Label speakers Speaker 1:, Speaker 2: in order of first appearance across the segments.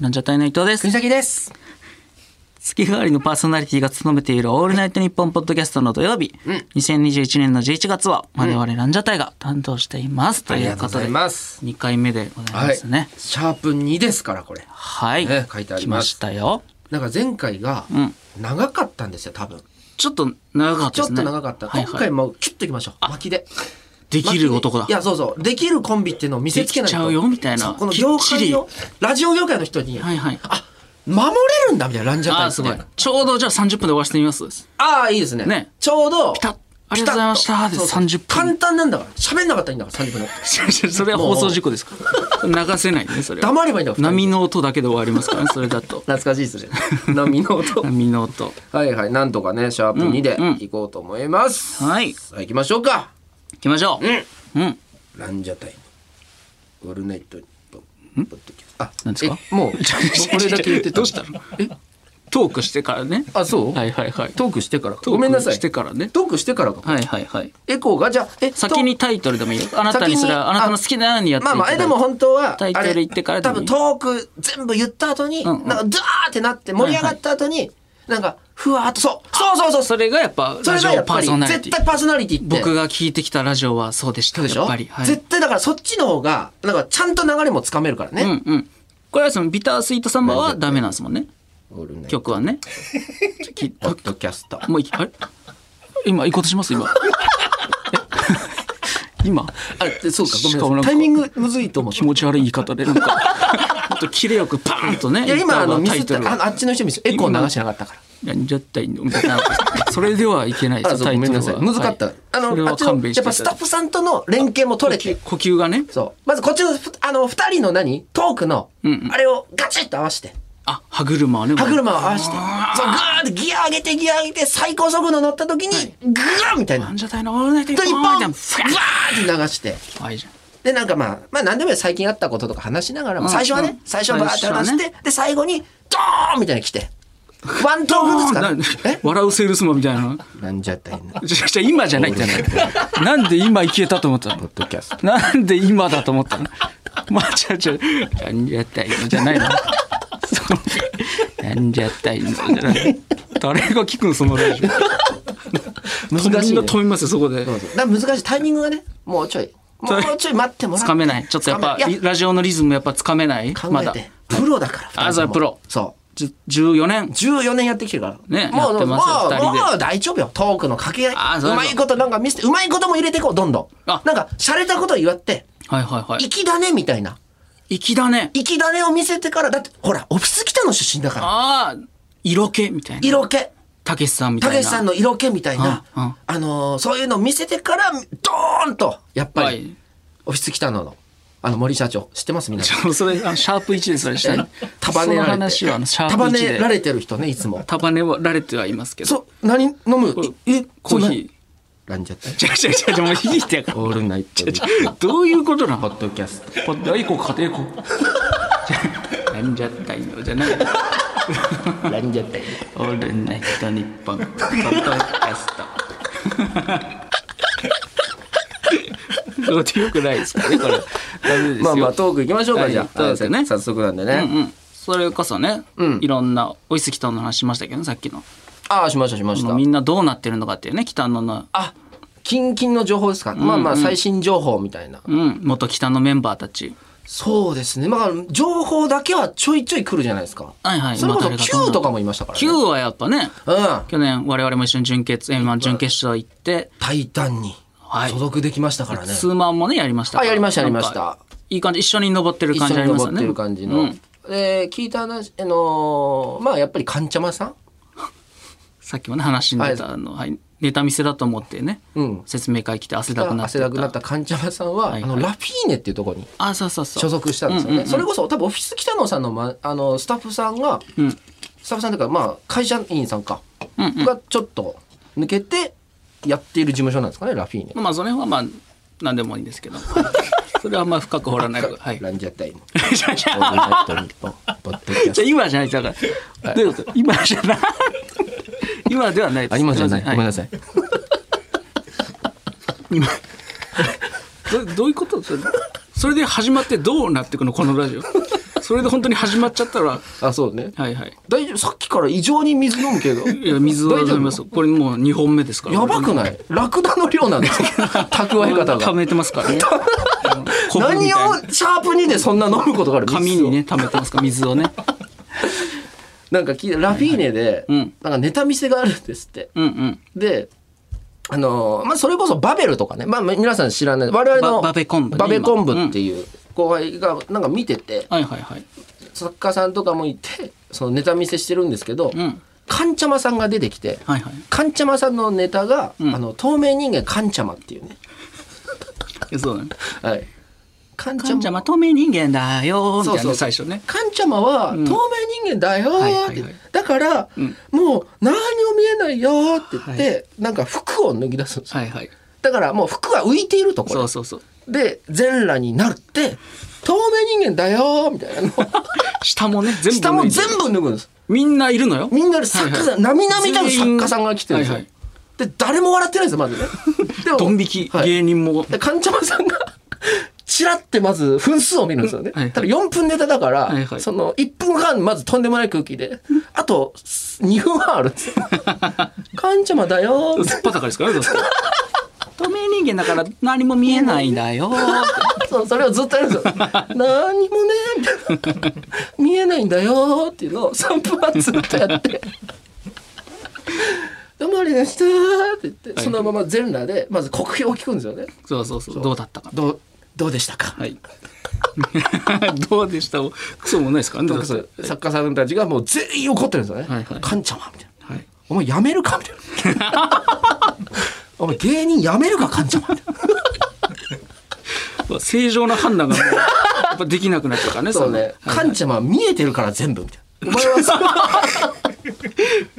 Speaker 1: なんちゃったいの伊藤です
Speaker 2: 国。崎です。
Speaker 1: 月替わりのパーソナリティが務めている「オールナイトニッポン」ポッドキャストの土曜日、2021年の11月は我々ランジャタイが担当しています、と
Speaker 2: あり
Speaker 1: い
Speaker 2: が
Speaker 1: う
Speaker 2: とうご
Speaker 1: こと
Speaker 2: ざ
Speaker 1: で
Speaker 2: います。
Speaker 1: 2回目でございますね
Speaker 2: シャープ2ですから、これ。
Speaker 1: はい、
Speaker 2: ね書いてあり
Speaker 1: 来
Speaker 2: ま
Speaker 1: ますしたよ
Speaker 2: なんか前回が
Speaker 1: ん
Speaker 2: 長かったんですよ、多分。
Speaker 1: ちょっと長かった
Speaker 2: ち
Speaker 1: で
Speaker 2: ょっ
Speaker 1: す
Speaker 2: と
Speaker 1: ね
Speaker 2: 長かった。
Speaker 1: はい
Speaker 2: 今
Speaker 1: はい
Speaker 2: 回、もキュッといきましょう。巻きで。
Speaker 1: できる男だ
Speaker 2: いや、そうそう。できるコンビっていうのを見せつけないと。
Speaker 1: できちゃうよみたいな
Speaker 2: そうこの業界の、ラジオ業界の人に、
Speaker 1: はいはい
Speaker 2: あ、守れるんだみたいな、ランジャタ
Speaker 1: あ
Speaker 2: イ
Speaker 1: ー
Speaker 2: っ
Speaker 1: す
Speaker 2: て
Speaker 1: ごいちょうどじゃあ30分で終わらせてみます
Speaker 2: ああ、いいですね。
Speaker 1: ね
Speaker 2: ちょうど、
Speaker 1: ピタッありがとうございましたで
Speaker 2: そうそう
Speaker 1: 30分
Speaker 2: 簡単なんだから。喋んなかったらいいんだから、30分だか ら。
Speaker 1: それは放送事故ですか流せないねそれは
Speaker 2: 黙ればいいんだから。
Speaker 1: 波の音だけで終わりますからねそれだと
Speaker 2: 懐かしいですね。波の音。
Speaker 1: 波の音
Speaker 2: はいはい、なんとかね、シャープ2で行こうと思います。
Speaker 1: はい行
Speaker 2: さあ行きましょうか。
Speaker 1: きましょううん、
Speaker 2: ランジャタイのオールナイトニッポンポッドキャスト。あ、
Speaker 1: なんですか
Speaker 2: えもう、これだけ言ってた。
Speaker 1: どうしたのえトークしてからね
Speaker 2: あ、そう
Speaker 1: はいはいはい
Speaker 2: トークしてから
Speaker 1: ト
Speaker 2: か。
Speaker 1: ーク
Speaker 2: ごめんなさい。
Speaker 1: してからね
Speaker 2: トークしてからか。
Speaker 1: はいはいはい
Speaker 2: エコーが、じゃあ、え、
Speaker 1: 先にタイトルでもいいよあなたにす
Speaker 2: 先に
Speaker 1: らあなたの好きなようにやっ
Speaker 2: と。
Speaker 1: てい
Speaker 2: まあ
Speaker 1: ただ
Speaker 2: まあ、
Speaker 1: い
Speaker 2: え
Speaker 1: て
Speaker 2: でも本当は、
Speaker 1: タイトル言ってからで
Speaker 2: 多
Speaker 1: もい
Speaker 2: 分
Speaker 1: い
Speaker 2: トーク全部言った後に、なん
Speaker 1: うん
Speaker 2: か、ドゥーってなって盛り上がった後に、なんか、ふわーっと、そうそうそうそうそ
Speaker 1: それがやっぱ
Speaker 2: れ
Speaker 1: ラジ
Speaker 2: がや
Speaker 1: オ
Speaker 2: っ
Speaker 1: パ
Speaker 2: ぱ
Speaker 1: ー
Speaker 2: り、
Speaker 1: ソナリテ
Speaker 2: 絶
Speaker 1: ィ
Speaker 2: 対パーソナリティって。
Speaker 1: 僕が聞いてきたラジオはそうでした
Speaker 2: でしょ
Speaker 1: やっぱりはい
Speaker 2: 絶対だからそっちの方がなんかちゃんと流れもつかめるから
Speaker 1: う
Speaker 2: ね、
Speaker 1: んうんこれはそのビタースイートサンバはダメなんですもんね曲はねき
Speaker 2: ポッドキャスト
Speaker 1: もういあれ今行こうとします今え 今
Speaker 2: あでそうかごめ
Speaker 1: しかもな
Speaker 2: ん
Speaker 1: ん
Speaker 2: な
Speaker 1: か
Speaker 2: さいタイミングむずいと思う
Speaker 1: 気持ち悪い言い方でなんかもっとキレよくパーンとね
Speaker 2: いや今あのミ
Speaker 1: タ
Speaker 2: ス
Speaker 1: イ
Speaker 2: った
Speaker 1: トルを
Speaker 2: あのあっちの人ミスエコー流してなかったから
Speaker 1: やんじゃったいのみたいなそれではいけないで
Speaker 2: あ
Speaker 1: す
Speaker 2: そう
Speaker 1: タ
Speaker 2: ご
Speaker 1: イ
Speaker 2: め
Speaker 1: トル
Speaker 2: んな
Speaker 1: は
Speaker 2: さい難かった、
Speaker 1: はい
Speaker 2: あ
Speaker 1: それ
Speaker 2: のあ
Speaker 1: は
Speaker 2: っちの
Speaker 1: 勘弁して
Speaker 2: やっぱスタッフさんとの連携も取れて
Speaker 1: 呼吸がね
Speaker 2: そうまずこっちのあの二人の何トークのあれをガチッと合わせて
Speaker 1: あ歯車はね
Speaker 2: 歯車を合わせてそうグーってギア上げてギア上げて最高速度乗った時にグーみたいな
Speaker 1: なんじゃったいのオールナイトニッ
Speaker 2: 本当
Speaker 1: ポ
Speaker 2: にポ
Speaker 1: ンみ
Speaker 2: ン
Speaker 1: たい
Speaker 2: グ
Speaker 1: な
Speaker 2: ワーって流して
Speaker 1: あいいじゃん
Speaker 2: でなんかまあまあ何でもいいよ最近あったこととか話しながらも
Speaker 1: うん
Speaker 2: 最初は
Speaker 1: うん
Speaker 2: ね最初はバーって話
Speaker 1: 最
Speaker 2: し
Speaker 1: 初
Speaker 2: てで最後にドーンみたいに来てワントークずつ
Speaker 1: な
Speaker 2: から
Speaker 1: んで
Speaker 2: え
Speaker 1: 笑うセールスマンみたいな
Speaker 2: なんじゃったいな
Speaker 1: じゃじゃ今じゃないってなんなんで今行けたと思ったの
Speaker 2: ドキャス
Speaker 1: なんで今だと思ったの まあちゃちゃなんじゃったいのじゃないのそうなんじゃったいのじゃない誰が聞くのそのラジオ
Speaker 2: 難し
Speaker 1: み
Speaker 2: い
Speaker 1: んな
Speaker 2: ね
Speaker 1: 飛びますよそこで
Speaker 2: そうそうだから難しいタイミングがねもうちょいもうちょい待ってもら
Speaker 1: つかめないちょっとやっぱ
Speaker 2: いや
Speaker 1: リラジオのリズムやっぱつかめない
Speaker 2: 考
Speaker 1: ま
Speaker 2: え
Speaker 1: だ
Speaker 2: てプロだから
Speaker 1: あそう
Speaker 2: 二人とも
Speaker 1: プロ
Speaker 2: そう
Speaker 1: じゅ14年
Speaker 2: 14年やってきてるから。
Speaker 1: ねや
Speaker 2: もう、
Speaker 1: っ
Speaker 2: も
Speaker 1: て
Speaker 2: う、も
Speaker 1: ますよ二人で
Speaker 2: う大丈夫よ。トークの掛け合
Speaker 1: あ
Speaker 2: い。
Speaker 1: そう
Speaker 2: う
Speaker 1: そう
Speaker 2: まいことなんか見せて、うまいことも入れていこう、どんどん。
Speaker 1: あ
Speaker 2: なんか、洒落たこと言わって、
Speaker 1: はいはいはい
Speaker 2: 粋だね、みたいな。
Speaker 1: 粋だね
Speaker 2: 粋だねを見せてから、だって、ほら、オフィス北の出身だから。
Speaker 1: ああ色気みたいな
Speaker 2: 色気。
Speaker 1: たけしさんみた
Speaker 2: た
Speaker 1: いな
Speaker 2: けしさんの色気みたいな、
Speaker 1: うんうん
Speaker 2: あのーそういうのを見せてから、ドーンと、やっぱり、
Speaker 1: はい
Speaker 2: オフィス北野の、あの、森社長、知ってます皆さん。
Speaker 1: もうそれあのシャープ1でそれしたい
Speaker 2: 束
Speaker 1: そ
Speaker 2: ね
Speaker 1: の
Speaker 2: られ
Speaker 1: 話
Speaker 2: て
Speaker 1: はあのシャープ
Speaker 2: 束
Speaker 1: 1
Speaker 2: ね
Speaker 1: で
Speaker 2: られてる人ね、いつも。
Speaker 1: 束ねられてはいますけど
Speaker 2: そう、何飲む
Speaker 1: こ
Speaker 2: え、え
Speaker 1: コーヒー
Speaker 2: ー。ランジャタイ。
Speaker 1: ちゃちゃちゃちゃもういいってやから
Speaker 2: オールナイト。
Speaker 1: どういうことな
Speaker 2: ポ
Speaker 1: の
Speaker 2: ッドキャスト。
Speaker 1: ポッドあエコーか エコーなんじゃったいのじゃない
Speaker 2: ランジャタイ。
Speaker 1: オールナイトニッポンポッドキャス トどうでよくないですかねこれダメですよ
Speaker 2: まあまあトーク行きましょうか、
Speaker 1: はい
Speaker 2: じゃあ。
Speaker 1: トークね
Speaker 2: はい早速なんでね。
Speaker 1: うんうんそれこそね、
Speaker 2: うん
Speaker 1: いろんなおいすきたの話しましたけどねさっきの
Speaker 2: ああ、しましたしまし
Speaker 1: も
Speaker 2: た
Speaker 1: うみ。んなどうなってるのかっていうね北野の
Speaker 2: あ、キンキンの情報ですか。まあまあ最新情報みたいな。
Speaker 1: うん、元北のメンバーたち。
Speaker 2: そうですね。まあ情報だけはちょいちょい来るじゃないですか。
Speaker 1: はいはい
Speaker 2: それこそ
Speaker 1: まあ誰がどんな
Speaker 2: Q とかもいましたからね。
Speaker 1: Q はやっぱね、
Speaker 2: うん。
Speaker 1: 去年我々も一緒に準決、えーまあ準決勝行って、
Speaker 2: 大胆に
Speaker 1: はい
Speaker 2: 所属できましたからね。
Speaker 1: 数万もね、やりましたから
Speaker 2: あやりましたやりまし。た
Speaker 1: なんかいい感じ、一緒に登ってる
Speaker 2: 一
Speaker 1: 感
Speaker 2: 緒
Speaker 1: じあ
Speaker 2: に
Speaker 1: りますよ
Speaker 2: 登っ
Speaker 1: ね。
Speaker 2: てる感じ
Speaker 1: う
Speaker 2: の
Speaker 1: ん。
Speaker 2: で、聞いた話、あのー、まあやっぱりカンチャマさん
Speaker 1: さっきもね、話に出た、あの、はい、ネタ見せだと思ってね、
Speaker 2: うん
Speaker 1: 説明会来て汗だくなって
Speaker 2: 汗
Speaker 1: た。
Speaker 2: だくなったカンチャマさんは、あ
Speaker 1: いはい
Speaker 2: の、ラフィーネっていうところに
Speaker 1: あ、そうそうそう。
Speaker 2: 所属したんですよね、それこそ多分オフィス北野さんの,、ま、あのスタッフさんが、
Speaker 1: ん
Speaker 2: スタッフさんというかまあ会社員さんか、
Speaker 1: うん
Speaker 2: がちょっと抜けてやっている事務所なんですかねラフィーネ、
Speaker 1: まあ、その辺はまあ、なんでもいいんです けど。それはあんま深く掘らない方が。はい。
Speaker 2: ランジャタ イの
Speaker 1: じゃあじゃ
Speaker 2: オ
Speaker 1: あ
Speaker 2: ールナイトニッポンポッドキャス
Speaker 1: じゃあ今じゃないだから。どういうこと今じゃない。今ではないです。
Speaker 2: トあ今じゃない、
Speaker 1: は
Speaker 2: ごめんなさい
Speaker 1: どどういうことそれそれで始まってどうなってくのこのラジオそれで本当に始まっちゃったら、
Speaker 2: あ、そうね。
Speaker 1: はいはい。
Speaker 2: 大丈夫。さっきから異常に水飲むけど。
Speaker 1: いや、水は
Speaker 2: 大
Speaker 1: 飲
Speaker 2: 丈夫
Speaker 1: みますよ。これもう2本目ですから。
Speaker 2: やばくないラクダの量なんですよ。 蓄え方
Speaker 1: 溜
Speaker 2: が。
Speaker 1: めてます からね。コブみ
Speaker 2: 何
Speaker 1: たいな
Speaker 2: をシャープ2でそんな飲むことがある
Speaker 1: 紙に。ね、溜めてますから、水 をね。
Speaker 2: なんか聞いたラフィーネで、
Speaker 1: うん
Speaker 2: なんかネタ見せがあるんですって。
Speaker 1: うんうん。
Speaker 2: で、あのーまあ、それこそバベルとかね、まあ、皆さん知らない我々の
Speaker 1: ババベ昆布ね
Speaker 2: バベ昆布っていう後輩がなんか見てて、
Speaker 1: はいはいはい。
Speaker 2: 作家さんとかもいてそのネタ見せしてるんですけど、
Speaker 1: うん。
Speaker 2: カンチャマさんが出てきて
Speaker 1: はいはい。
Speaker 2: カンチャマさんのネタが、
Speaker 1: うん
Speaker 2: あの透明人間カンチャマっていうね、
Speaker 1: いやそうだね。
Speaker 2: はい、カンチ
Speaker 1: か
Speaker 2: ャ
Speaker 1: んちゃん
Speaker 2: マ
Speaker 1: まとめ人間だよーみたい
Speaker 2: そうそ
Speaker 1: な
Speaker 2: う
Speaker 1: ね最初ね。
Speaker 2: カンチャマは
Speaker 1: う
Speaker 2: 透
Speaker 1: ん
Speaker 2: 明人間だよ
Speaker 1: はい
Speaker 2: ー
Speaker 1: は
Speaker 2: って、
Speaker 1: いはい
Speaker 2: だから、
Speaker 1: うん
Speaker 2: もう何にも見えないよーって言って、なんか服を脱ぎ出すんですよ
Speaker 1: はいはい。
Speaker 2: だからもう服は浮いているところ
Speaker 1: そうそうそう。
Speaker 2: で全裸になるって透明人間だよーみたいなの
Speaker 1: 下もね、全部。
Speaker 2: 下も全。部脱ぐんです
Speaker 1: みんないるのよ。
Speaker 2: みんなで作家さん並々たる作家さんが来てるんですよ、
Speaker 1: はいはい
Speaker 2: で誰も笑ってないんですよまずねで も
Speaker 1: ドン引き、
Speaker 2: はい
Speaker 1: 芸人も。
Speaker 2: でかんちゃまさんがチラってまず分数を見るんですよね、
Speaker 1: はいはい
Speaker 2: ただ4分ネタだから、
Speaker 1: はいはい
Speaker 2: その1分半まずとんでもない空気であと2分半あるん ですよかんちゃまだよーって
Speaker 1: 突っぱたかですからね。だって透明人間だから何も見えないんだよーって。
Speaker 2: そうそれをずっとやるんですよ。 何もねみたいな見えないんだよっていうのを3分半ずっとや って。どうもありがとうございましたって言って、
Speaker 1: はい
Speaker 2: そのまま全裸でまず国評を聞くんですよね。
Speaker 1: そうそうそう。どうだったか。
Speaker 2: どうどうでしたか。
Speaker 1: はい。 どうでしたクソもないですからね。
Speaker 2: なんかそう作家さんたちがもう全員怒ってるんですよね。
Speaker 1: はいはい
Speaker 2: かんちゃまみたいな。
Speaker 1: はい。
Speaker 2: お前やめるかみたいな。 お前芸人やめるかかんちゃまみたいな。
Speaker 1: 正常な判断がもうやっぱできなくなっちゃうからね。
Speaker 2: そうね。
Speaker 1: そのは
Speaker 2: か
Speaker 1: い
Speaker 2: んちゃま見えてるから全部みたいな。お前はそう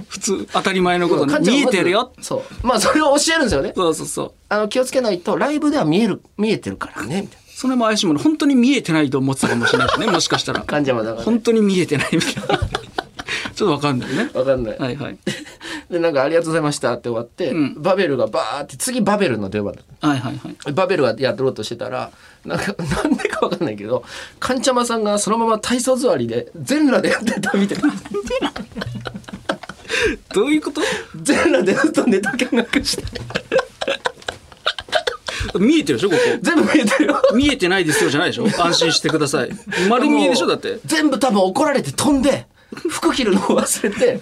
Speaker 1: 普通当たり前のことね
Speaker 2: カンちゃん
Speaker 1: 見え
Speaker 2: はまず
Speaker 1: てるよ。
Speaker 2: そう。まあそれを教えるんですよね。
Speaker 1: そうそうそう。
Speaker 2: あの気をつけないとライブでは見える見えてるからねみたい
Speaker 1: それも怪しいもの本当に見えてないと思ってたかもしれないしね。 もしかしたら
Speaker 2: な。感じはだから
Speaker 1: 本当に見えてない みたいな。ちょっとわかんないね。
Speaker 2: わかんない、
Speaker 1: はいはい。
Speaker 2: でなんか「ありがとうございました」って終わって、
Speaker 1: うん
Speaker 2: バベルがバーって次バベルの出番だ
Speaker 1: はいはいはい。
Speaker 2: バベルがやろうとしてたらなんか なんでかわかんないけどカンチャマさんがそのまま体操座りで全裸でやってたみたいな
Speaker 1: どういうこと
Speaker 2: 全裸でずっとネタ見学して
Speaker 1: 見えてるでしょこ
Speaker 2: 全部見えてるよ
Speaker 1: こ。見えてないですよじゃないでしょ安心してください。丸見えでしょだって。
Speaker 2: 全部多分怒られて飛んで服着るのを忘れ て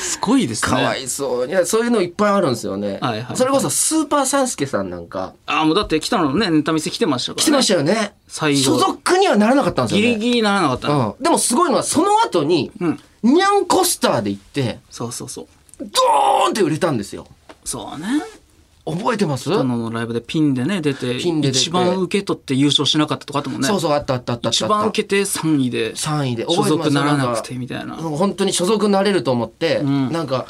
Speaker 1: すごいですね。
Speaker 2: かわいそうにいやそういうのいっぱいあるんですよね、
Speaker 1: はいはい
Speaker 2: それこそスーパーサンスケさんなんか
Speaker 1: ああ、もうだって北野のね、ネタ見せ来てましたから、
Speaker 2: 来
Speaker 1: ね。
Speaker 2: てましたよね。
Speaker 1: 最後
Speaker 2: 所属にはならなかったんです
Speaker 1: ギ
Speaker 2: よね。
Speaker 1: リギリならなかったね、
Speaker 2: うん。でもすごいのは、その後に、
Speaker 1: うん
Speaker 2: ニャンコスターで行って、
Speaker 1: そうそうそう。
Speaker 2: ドーンって売れたんですよ。
Speaker 1: そうね。
Speaker 2: 覚えてます
Speaker 1: 北野のライブでピンでね、出て、
Speaker 2: ピンで出て
Speaker 1: 一番受け取って優勝しなかったとかあったもんね。
Speaker 2: そうそう、あったあったあったあっ
Speaker 1: 一
Speaker 2: た。
Speaker 1: 番受けて3位で、
Speaker 2: 3位で。
Speaker 1: 所
Speaker 2: 覚えてま
Speaker 1: 属
Speaker 2: す
Speaker 1: ならなくて
Speaker 2: んか
Speaker 1: みたいな。
Speaker 2: なんか本当に所属なれると思って、
Speaker 1: ん
Speaker 2: なんか、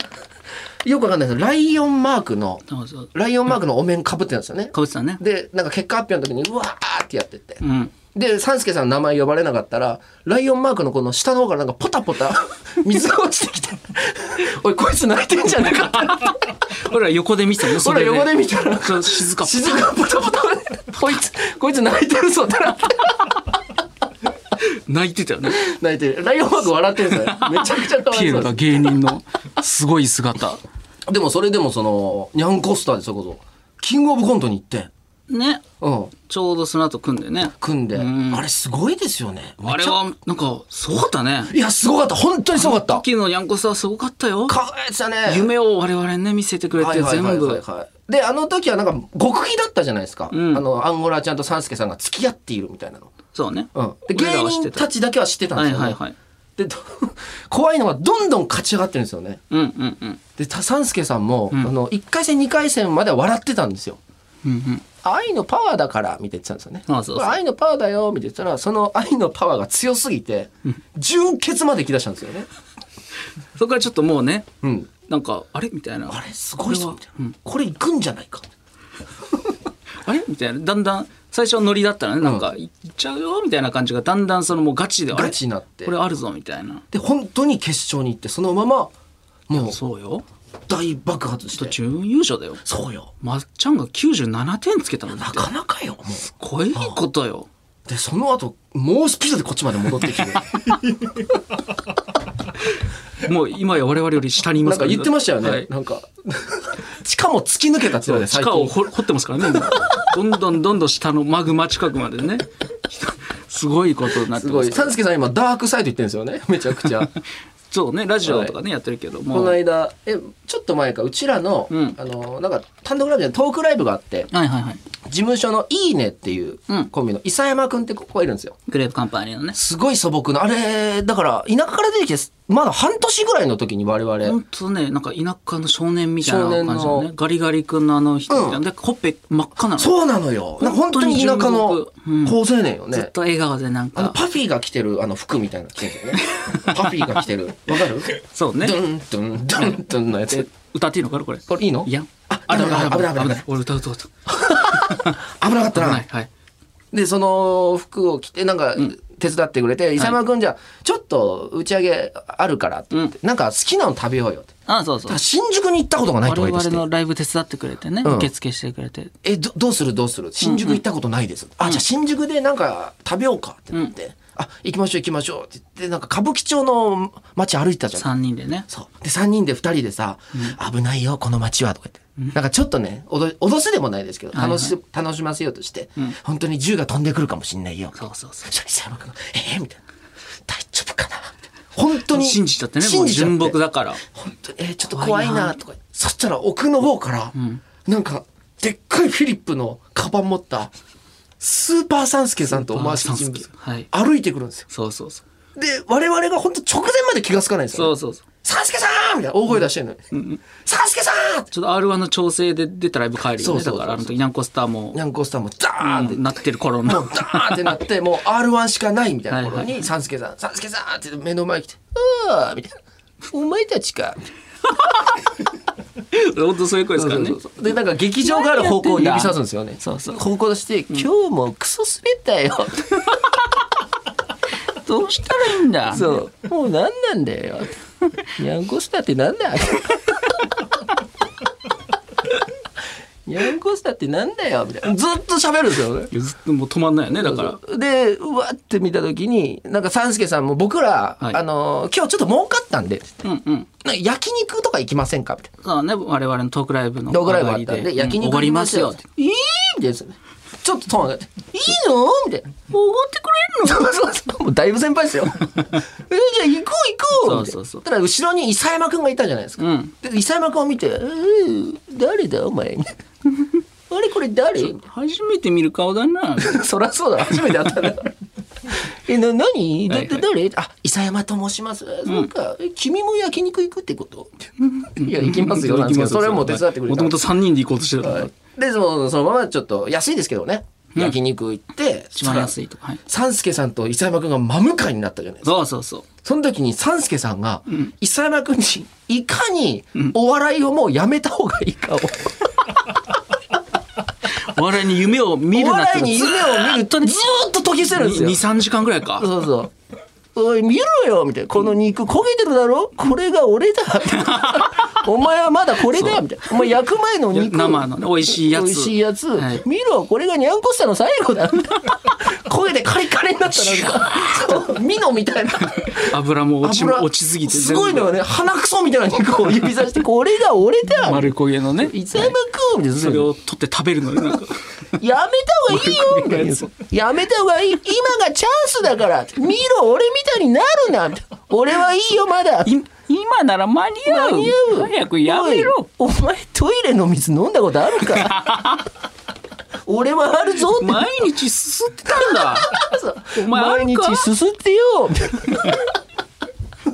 Speaker 2: よくわかんないですライオンマークの、
Speaker 1: そうそう。
Speaker 2: ライオンマークのお面かぶってたんですよね。
Speaker 1: かぶってたね。
Speaker 2: で、なんか結果発表の時に、うわーってやってて。
Speaker 1: うん。
Speaker 2: で、サンスケさんの名前呼ばれなかったら、ライオンマークのこの下の方からなんかポタ ポタ水が落ちてきて、おい、こいつ泣いてんじゃねえかって。
Speaker 1: 俺ら横で見てたもんね。それ
Speaker 2: 俺ら横で見たら
Speaker 1: そう静 か。
Speaker 2: 静かポタポタ。こいつ、こいつ泣いてるぞってなって。
Speaker 1: 泣いてたよね。
Speaker 2: 泣いてる。ライオンマーク笑ってるんですよ。めちゃくちゃ可
Speaker 1: ピ
Speaker 2: 哀
Speaker 1: エ
Speaker 2: 想
Speaker 1: ロが芸人 のすごい姿。
Speaker 2: でもそれでもその、ニャンコスターでそれこそ、キングオブコントに行って、
Speaker 1: ね。
Speaker 2: うん、
Speaker 1: ちょうどその後組んでね。
Speaker 2: 組んで、
Speaker 1: うん
Speaker 2: あれすごいですよね。
Speaker 1: あれは、なんか、すごかったね。
Speaker 2: いや、すごかった。本当にすごかった。
Speaker 1: 昨日のにゃんこさんはすごかったよ。
Speaker 2: 可愛いですよね。
Speaker 1: 夢を我々にね、見せてくれ
Speaker 2: は
Speaker 1: て、
Speaker 2: いはい
Speaker 1: 全
Speaker 2: はいはい
Speaker 1: 部。
Speaker 2: はい、であの時はなんか極秘だったじゃないですか、
Speaker 1: うん
Speaker 2: あのアンゴラちゃんとサンスケさんが付き合っているみたいなの、
Speaker 1: そうね。
Speaker 2: うん、で
Speaker 1: 俺
Speaker 2: 芸
Speaker 1: らは知って
Speaker 2: 人
Speaker 1: た
Speaker 2: たちだけは知ってたん
Speaker 1: は
Speaker 2: で
Speaker 1: い
Speaker 2: すよ、ね
Speaker 1: はいはい。
Speaker 2: でど 怖いのがどんどん勝ち上がってるんですよね
Speaker 1: うんうんうん。
Speaker 2: でたサンスケさんも、
Speaker 1: うん
Speaker 2: あの1回戦2回戦までは笑ってたんですよ
Speaker 1: うんうん。
Speaker 2: 愛のパワーだからみたいな言ってたんですよね
Speaker 1: そうそうそう
Speaker 2: これ愛のパワーだよみたいな言ったらその愛のパワーが強すぎて、純潔まで来だしたんですよね
Speaker 1: そこからちょっともうね、
Speaker 2: うん
Speaker 1: なんか、 あれみたいな。
Speaker 2: あれすごいぞみたいな、
Speaker 1: これはうん
Speaker 2: これいくんじゃないか
Speaker 1: あれみたいな。だんだん、最初はノリだったらね、なんか、いっちゃうよみたいな感じが、だんだんそのもうガチで、あれ
Speaker 2: ガチになって
Speaker 1: これあるぞみたいな。
Speaker 2: で本当に決勝に行ってそのままもう
Speaker 1: そうよ。
Speaker 2: 大爆発し
Speaker 1: ちょっと
Speaker 2: て
Speaker 1: 準優勝だよ。
Speaker 2: そうよ
Speaker 1: まっちゃんが97点つけたのだ
Speaker 2: な
Speaker 1: って。
Speaker 2: かなかよもう
Speaker 1: すごいことよ。
Speaker 2: でその後猛スピードでこっちまで戻って きて
Speaker 1: もう今や我々より下にいま
Speaker 2: な
Speaker 1: す
Speaker 2: ん
Speaker 1: か
Speaker 2: から言ってましたよね、
Speaker 1: はい
Speaker 2: なんか地下も突き抜けたって言ってた
Speaker 1: 地
Speaker 2: よ
Speaker 1: 下を
Speaker 2: 最近
Speaker 1: 掘掘ってますからね。どんどんどんどん下のマグマ近くまでね。 すごいことになって
Speaker 2: す
Speaker 1: ま
Speaker 2: ご
Speaker 1: す
Speaker 2: い
Speaker 1: から。
Speaker 2: 三助さん今ダークサイト言ってるんですよねめ ちゃくちゃ
Speaker 1: そうね、ラジオとかね、やってるけども。
Speaker 2: この間えちょっと前かうちらの,、
Speaker 1: うん
Speaker 2: あのなんか単独ライブじゃないトークライブがあって
Speaker 1: はいはいはい。
Speaker 2: 事務所の「いいね」っていう
Speaker 1: うん
Speaker 2: コンビの伊佐山君ってここがいるんですよ
Speaker 1: グレープカンパニーのね。
Speaker 2: すごい素朴なあれだから田舎から出てきてまだ半年ぐらいの時に我々、
Speaker 1: ほんとね、なんか田舎の少年みたいな感じ
Speaker 2: 少
Speaker 1: の
Speaker 2: 年
Speaker 1: ね
Speaker 2: の。
Speaker 1: ガリガリ君のあの人みたいな。
Speaker 2: うん
Speaker 1: で、ほっぺ真っ赤なの。
Speaker 2: そうなのよなんか本当に田舎の
Speaker 1: 本当に純朴
Speaker 2: 好青年よ
Speaker 1: ずっ
Speaker 2: ね、
Speaker 1: と笑顔でなん
Speaker 2: あの
Speaker 1: か。
Speaker 2: パフィーが着てるあの服みたいなの着てる よねパフィーが着てるわかる
Speaker 1: そう
Speaker 2: ド
Speaker 1: ね。
Speaker 2: ゥンドゥンドゥンドゥンのや
Speaker 1: で
Speaker 2: つ
Speaker 1: 歌っていいのかなこれ。
Speaker 2: これいいの
Speaker 1: いや。
Speaker 2: あ
Speaker 1: あ、ダメだ、
Speaker 2: 危
Speaker 1: 危
Speaker 2: な
Speaker 1: ないい、
Speaker 2: 危
Speaker 1: 危な
Speaker 2: ない危ない
Speaker 1: い。俺歌うと歌う。
Speaker 2: 危なかっ
Speaker 1: 危
Speaker 2: た
Speaker 1: ない
Speaker 2: な。
Speaker 1: はい。
Speaker 2: でその服を着てなんか手伝ってくれて「伊佐山君じゃあちょっと打ち上げあるから」って言って「なんか好きなの食べようよ」って
Speaker 1: あ、そうそ
Speaker 2: た
Speaker 1: う
Speaker 2: だ。新宿に行ったことがない
Speaker 1: 我
Speaker 2: とか言い出
Speaker 1: 々
Speaker 2: して
Speaker 1: のライブ手伝ってくれてね。
Speaker 2: うん
Speaker 1: 受付してくれて。
Speaker 2: えどどうするどうする新宿行ったことないです、あじゃあ新宿でなんか食べようかってなって、あ行きましょう行きましょうって言ってなんか歌舞伎町の街歩いてたじゃん
Speaker 1: 3人でね。
Speaker 2: そうで3人で2人でさ「危ないよこの街は」とか言ってなんかちょっとね脅脅すでもないですけど楽し,、楽しませようとして、本当に銃が飛んでくるかもしんないよ
Speaker 1: そうそうそう。
Speaker 2: そしたら僕が「えーみたいな「大丈夫かな?」って本当に
Speaker 1: 信じちゃってね。も
Speaker 2: 信
Speaker 1: う
Speaker 2: じちゃって
Speaker 1: 純朴だから。
Speaker 2: 本当にえーちょっと怖いなとかそしたら奥の方から、なんかでっかいフィリップのカバン持ったスーパーサンスケさんと思わしき人物
Speaker 1: スーパーサンスケ
Speaker 2: 歩いてくるんですよ
Speaker 1: そうそうそう。
Speaker 2: で我々が本当直前まで気がつかないんですよ
Speaker 1: そうそうそう。
Speaker 2: 「サンスケさん!」みたいな大声出してるのに「サンスケさん!」って
Speaker 1: ちょっと R1 の調整で出たライブ帰る
Speaker 2: そ
Speaker 1: よ
Speaker 2: う
Speaker 1: ね。
Speaker 2: そう
Speaker 1: だ
Speaker 2: そう
Speaker 1: から、あの時、ニャンコスターも
Speaker 2: ニ、ャンコスターもダーンって、
Speaker 1: なってる頃
Speaker 2: も
Speaker 1: の
Speaker 2: う。ダーンってなってもう R1 しかないみたいな
Speaker 1: は
Speaker 2: 頃
Speaker 1: いはいは
Speaker 2: に「サンスケさんサンスケさん!」って目の前に来て「うわ!」みたいな「お前たちか」
Speaker 1: 本当そういう声ですからね。
Speaker 2: でなんか劇場がある方向を指さすんですよね。
Speaker 1: そうそう
Speaker 2: 方向として、今日もクソ滑ったよ。
Speaker 1: どうしたらいいんだ
Speaker 2: そう。もう何なんだよ。ニャンコスターってな んだ。ニャンコスターってなんだよみたいな。ずっと喋るんですよね。
Speaker 1: いやずっともう止まんないよね、だから。
Speaker 2: でうわって見た時になんか三助さんも僕ら、
Speaker 1: はい
Speaker 2: あの今日ちょっと儲かったんで
Speaker 1: うんうん。
Speaker 2: なんか焼肉とか行きませんかみたいな。
Speaker 1: そうね、我々のトークライブの
Speaker 2: ドッグライブあったん
Speaker 1: 終わ
Speaker 2: で、
Speaker 1: り
Speaker 2: 焼
Speaker 1: うんお
Speaker 2: 肉
Speaker 1: ご
Speaker 2: 行
Speaker 1: り
Speaker 2: きま
Speaker 1: ますす
Speaker 2: よ
Speaker 1: よ
Speaker 2: って。いいみたいな。ちょっとトーン上がって、いいのみたいな。おごってくれるのそうそうそう。もうだいぶ先輩 ですよ。え、じゃあ行こう行こうみたいな
Speaker 1: そうそうそう
Speaker 2: ただ後ろに伊佐山くんがいたじゃないですか。
Speaker 1: うん
Speaker 2: で、伊佐山くんを見て、えー誰だお 前。みたいなあれこれ誰みたい
Speaker 1: 初めて見る顔だな。
Speaker 2: なそりゃそうだ。初めて会ったん だから。え、な、何だ
Speaker 1: はいはい
Speaker 2: って誰、あ、伊佐山と申します。そうか。え君も焼肉行くって こといや、行きますよ。なんですけどそれはもう手伝ってくれた
Speaker 1: もともと3人で行こうとしてたから。
Speaker 2: でそのそのままちょっと安いですけどね、焼肉行って
Speaker 1: 一番安いとか。はい
Speaker 2: 三助さんと伊佐山君が真向かいになったじゃないですか
Speaker 1: そうそうそう。
Speaker 2: その時に三助さんが伊佐山君にいかにお笑いをもうやめた方がいいかを、
Speaker 1: お笑いに夢を見る
Speaker 2: お
Speaker 1: なって
Speaker 2: 笑いに夢を見るとずーっと研ぎ捨てるんです
Speaker 1: 2、
Speaker 2: よ
Speaker 1: 3時間ぐらいか。
Speaker 2: そうそうおい見ろよみたいなこの肉焦げてるだろこれが俺 だみたいなお前はまだこれだみたいなお前焼く前の肉
Speaker 1: 生のね美味しいやつ
Speaker 2: 美味しいやつ、
Speaker 1: はい
Speaker 2: 見ろこれがニャンコスタの最後 だ声でカリカリになったなんかミノみたいな
Speaker 1: 油も落ち
Speaker 2: 油
Speaker 1: 落ちすぎて
Speaker 2: すごい
Speaker 1: 全
Speaker 2: の
Speaker 1: 部
Speaker 2: よね鼻くそみたいな肉を指さしてこれが俺だ
Speaker 1: 丸焦げのね
Speaker 2: 伊沢君みたいな
Speaker 1: それを取って食べるのになんか
Speaker 2: やめた方がいいよみたいな。やめた方がいい。今がチャンスだから。見ろ、俺みたいになるな。みたいな俺はいいよ、まだ。
Speaker 1: 今なら間に合
Speaker 2: 間に合う。おい。お前、トイレの水飲んだことあるか 俺はあるぞって。
Speaker 1: 毎日すすってたんだお前あ
Speaker 2: 毎
Speaker 1: るか
Speaker 2: 日すすってよ。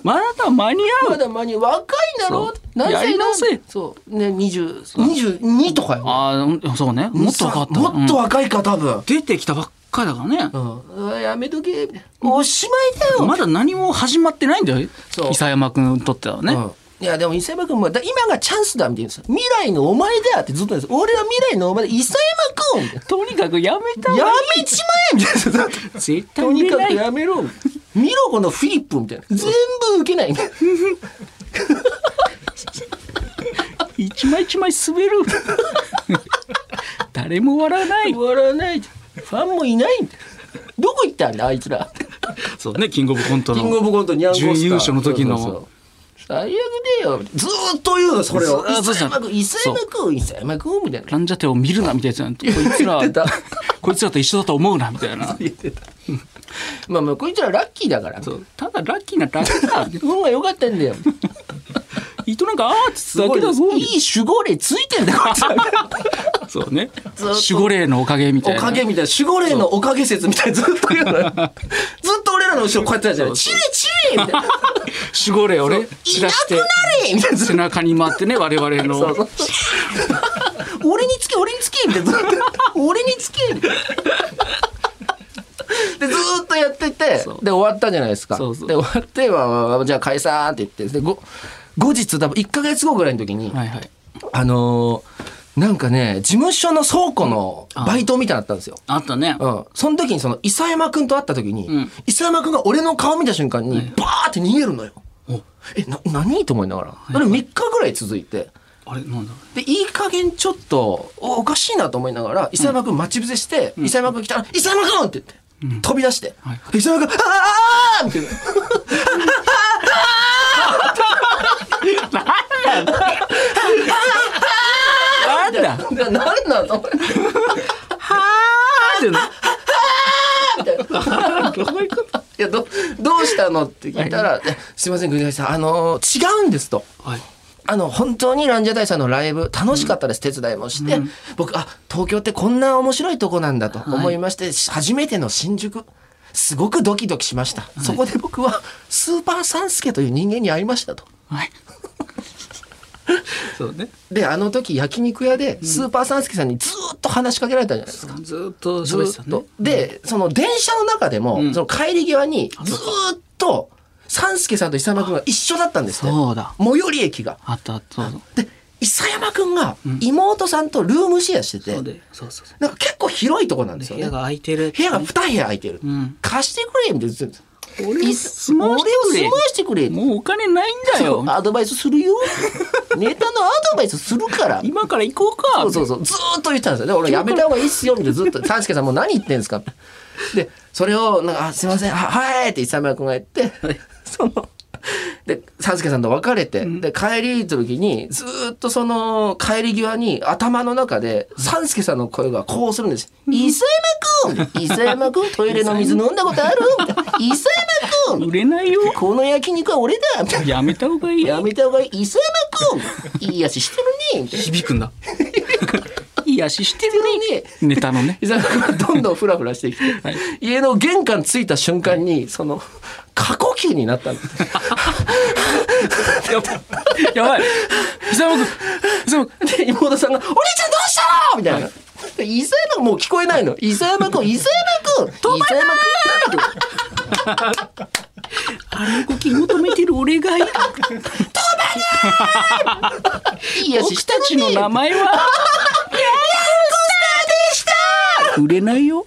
Speaker 1: まだ間に合
Speaker 2: ま
Speaker 1: う
Speaker 2: だ間に若いんだろ
Speaker 1: そう。
Speaker 2: 何
Speaker 1: やり
Speaker 2: 歳
Speaker 1: 直せ
Speaker 2: なんそう。ね、20、22とかよ。
Speaker 1: ああそうねもっと分かった
Speaker 2: さもっと若いか、多分。
Speaker 1: 出てきたばっかだからね
Speaker 2: うん、やめとけ。おしまいだよ。
Speaker 1: まだ何も始まってないんだよ伊
Speaker 2: そう
Speaker 1: 佐山君にとってはね
Speaker 2: いやでも伊佐山君もだ今がチャンスだみたいな未来のお前だってずっと言うんです俺は未来のお前だ伊佐山君みたい
Speaker 1: とにかくやめた
Speaker 2: なやめちまえみたいな
Speaker 1: 絶対
Speaker 2: と
Speaker 1: 売
Speaker 2: に
Speaker 1: れ
Speaker 2: か
Speaker 1: な
Speaker 2: く
Speaker 1: い
Speaker 2: やめろ見ろこのフィリップみたいな全部受けないみたいな
Speaker 1: 一枚一枚滑 る誰も笑わない
Speaker 2: 笑わないファンもいないどってあんねあいつら
Speaker 1: そうねキングオブコント
Speaker 3: キングオ
Speaker 1: の
Speaker 3: ブコントにゃんこスター
Speaker 1: 準優勝の時の
Speaker 3: そうそうそう
Speaker 2: 最悪でよ
Speaker 3: ずーっと言うのそれを
Speaker 1: あそう
Speaker 2: 磯
Speaker 1: じゃん
Speaker 2: 山君磯山君磯山君みたいな
Speaker 1: ランジャテを見るなみたいなやつやんこいつら
Speaker 2: 言ってた
Speaker 1: こいつらと一緒だと思うなみたいな
Speaker 2: 言ってたまあまあこいつらラッキーだから
Speaker 1: そうただラッキーなだけだ
Speaker 2: 運が良かったんだよ
Speaker 1: 糸なんかアーティストだけだぞ
Speaker 2: いい守護霊ついてんだよ こいつら
Speaker 1: そうね
Speaker 2: ずっと
Speaker 1: 守護霊のおかげみたい
Speaker 3: お
Speaker 1: な
Speaker 3: かげみたいな守護霊のおかげ説みたいなずっと言う のよずっと俺らの後ろこうやってたじゃないチリチリみたい な
Speaker 1: 守護霊をね散らして
Speaker 3: チリみたいなずっ
Speaker 1: 背中に回ってね我々の
Speaker 2: そうそう俺につけ俺につけみたいなずっと俺につけでずーっとやってて
Speaker 1: そう
Speaker 2: で終わったじゃないですか
Speaker 1: そうそう
Speaker 2: で終わってまあまあまあじゃあ解散って言ってでご後日多分1か月後ぐらいの時に、
Speaker 1: はいはい
Speaker 2: あのーなんかね事務所の倉庫のバイトみたいなのあったんですよ。
Speaker 1: あったね
Speaker 2: うん、その時にその諫山君と会った時に、
Speaker 1: うん
Speaker 2: 諫山君が俺の顔見た瞬間にバーって逃げるのよ。えな何と思いながらそれ3日ぐらい続いて。
Speaker 1: あれなんだ
Speaker 2: でいい加減ちょっとおおかしいなと思いながら伊山君待ち伏せして伊山君来たら「伊山君!」って言って飛び出して
Speaker 1: はい
Speaker 2: 伊山君「ああああ!」みたいな
Speaker 1: なんだ
Speaker 2: 「何なんだ?」と思っ
Speaker 1: あ
Speaker 2: て
Speaker 1: ーってな
Speaker 2: 「いやどどうしたの?」って聞いたらいや「すいません国崎さんあの違うんです」と。
Speaker 1: はい
Speaker 2: あの本当にランジャタイさんのライブ楽しかったです、手伝いもして、僕あ東京ってこんな面白いとこなんだと思いまして、初めての新宿すごくドキドキしました、そこで僕はスーパーサンスケという人間に会いましたと
Speaker 1: はいそうね
Speaker 2: であの時焼肉屋でスーパーサンスケさんにずーっと話しかけられたじゃないですか、
Speaker 1: ずーっと
Speaker 2: ず
Speaker 1: 喋ってた
Speaker 2: ーっ
Speaker 1: ね
Speaker 2: とでその電車の中でも、
Speaker 1: うん
Speaker 2: その帰り際にずーっとサンスケさんと伊佐山君が一緒だったんですね
Speaker 1: そうだ
Speaker 2: 最寄り駅が
Speaker 1: あったあったそう
Speaker 2: で諫山君が妹さんとルームシェアしてて、
Speaker 1: そうでそうそうそ
Speaker 2: なんか結構広いとこなん
Speaker 1: う
Speaker 2: ですよ
Speaker 1: 部
Speaker 2: ね
Speaker 1: 屋が空いてる
Speaker 2: 部屋が2部屋空いてる、
Speaker 1: うん
Speaker 2: 貸してくれみたいな言ってるんです
Speaker 1: 俺を
Speaker 2: い
Speaker 1: 住まわ
Speaker 2: 俺
Speaker 1: し
Speaker 2: を
Speaker 1: てくれ
Speaker 2: 住まわしてくれ
Speaker 1: もうお金ないんだよ
Speaker 2: アドバイスする よネタのアドバイスするから
Speaker 1: 今から行こうか
Speaker 2: そうそうそうずーっと言ってたんですよで俺やめた方がいいっすよみたいなず っと「三助さんもう何言ってんですか?」でそれをなんかあ「すいませんははい」って伊沢君が言ってそので三助さんと別れて、で帰りの時にずーっとその帰り際に頭の中で三助さんの声がこうするんです「伊沢君伊沢君トイレの水飲んだことある?」 伊沢君
Speaker 1: 売れないよ
Speaker 2: この焼肉は俺だ」みたいな
Speaker 1: やめた方がいい
Speaker 2: やめた方がいい伊沢君いい足してるね」みたいな。
Speaker 1: 響くんだいい足してる
Speaker 2: ね
Speaker 1: ネタのね
Speaker 2: 伊沢君がどんどんフラフラしてきて、
Speaker 1: はい
Speaker 2: 家の玄関着いた瞬間に、その過呼吸になっ たの
Speaker 1: やばいやばい伊沢君伊沢君
Speaker 2: で妹さんが「お兄ちゃんどうしたの?」みたいな。で伊沢山君もう聞こえないの伊沢山君伊沢山君伊沢山君
Speaker 1: あの動き求めてる俺がいる
Speaker 2: いい足
Speaker 1: 僕
Speaker 2: した
Speaker 1: たちの名
Speaker 2: のに
Speaker 1: 前は売れないよ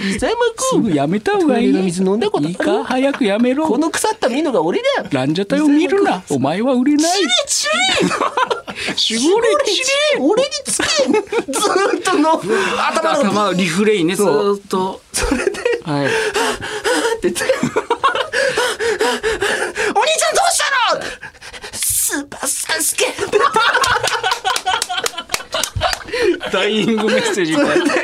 Speaker 2: 伊沢山
Speaker 1: す
Speaker 2: 君
Speaker 1: ぐやめた方がい
Speaker 2: トイ
Speaker 1: い
Speaker 2: レの水飲んだことあ
Speaker 1: い
Speaker 2: る
Speaker 1: いか早くやめろ
Speaker 2: この腐ったミノが俺だよ
Speaker 1: ランジャタイを見るなお前は売れない
Speaker 2: チリチ
Speaker 1: 守護霊
Speaker 2: リ俺につけずーっとの頭の
Speaker 1: 頭リフレインねず
Speaker 2: そう
Speaker 1: ーっと
Speaker 2: それで
Speaker 1: はい
Speaker 2: って言って 「お兄ちゃんどうしたの?」スーパーサンスケ
Speaker 1: ダイイングメッセージみたいな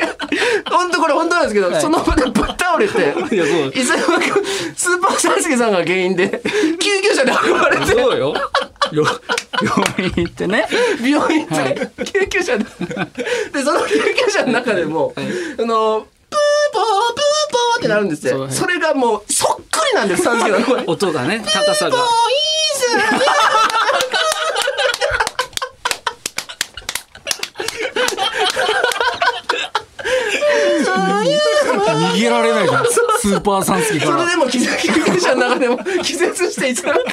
Speaker 2: 本当これ本当なんですけど、
Speaker 1: い
Speaker 2: その場でぶっ倒れて
Speaker 1: いやそう
Speaker 2: 伊沢君スーパーサンスケさんが原 因で救急車で運ばれて
Speaker 1: そうよよ病院行ってね
Speaker 2: 病院で救急車で、でその救急車の中でも、あのプーポープーポーってなるんです
Speaker 1: そうは
Speaker 2: よ
Speaker 1: い
Speaker 2: それがもうそっくりなんですサンスケさんの 声
Speaker 1: 音がね高さが
Speaker 2: もういいじゃん
Speaker 1: 逃げられないじゃんスーパーサンスケか
Speaker 2: それ
Speaker 1: ら
Speaker 2: でも救急車の中でも気絶していつの間にか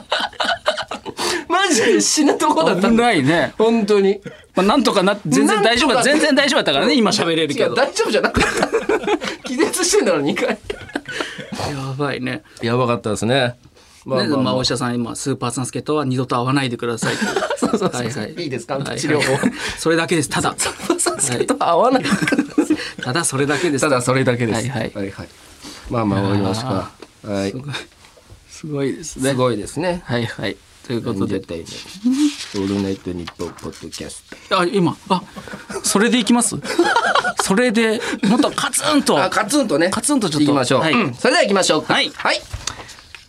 Speaker 2: マジで死ぬとこだった
Speaker 1: 危ないね
Speaker 2: 本当に
Speaker 1: まあ、なんとかな全然大丈夫
Speaker 2: な
Speaker 1: だ
Speaker 2: んと
Speaker 1: 全
Speaker 2: か
Speaker 1: 然大丈夫だったからね今喋れる
Speaker 2: 違
Speaker 1: け
Speaker 2: う
Speaker 1: ど
Speaker 2: 大丈夫じゃなかった気絶してんだろ2回
Speaker 1: やばいね
Speaker 2: やばかったですねまあ
Speaker 1: ね
Speaker 2: まあ
Speaker 1: ま
Speaker 2: ま
Speaker 1: あ
Speaker 2: あ
Speaker 1: お医者さん今スーパーサンスケとは二度と会わないでくださいそう
Speaker 2: そうそういいですか治療法
Speaker 1: それだけですただ
Speaker 2: サンスケと合わない、
Speaker 1: ただそれだけです
Speaker 2: ただそれだけです。
Speaker 1: はいはい
Speaker 2: はいはいまあまあ終わりますか。はい
Speaker 1: す。ごい すごいですね
Speaker 2: すごいですね。
Speaker 1: はいはいということで
Speaker 2: 絶対に。オールナイトニッポンポッドキャスト。
Speaker 1: あ今あそれでいきますそれでもっとカツンと
Speaker 2: あ、カツンとね。
Speaker 1: カツンとちょっと
Speaker 2: 行きましょう。
Speaker 1: はい
Speaker 2: うんそれでは行きましょうか。
Speaker 1: はい
Speaker 2: はい。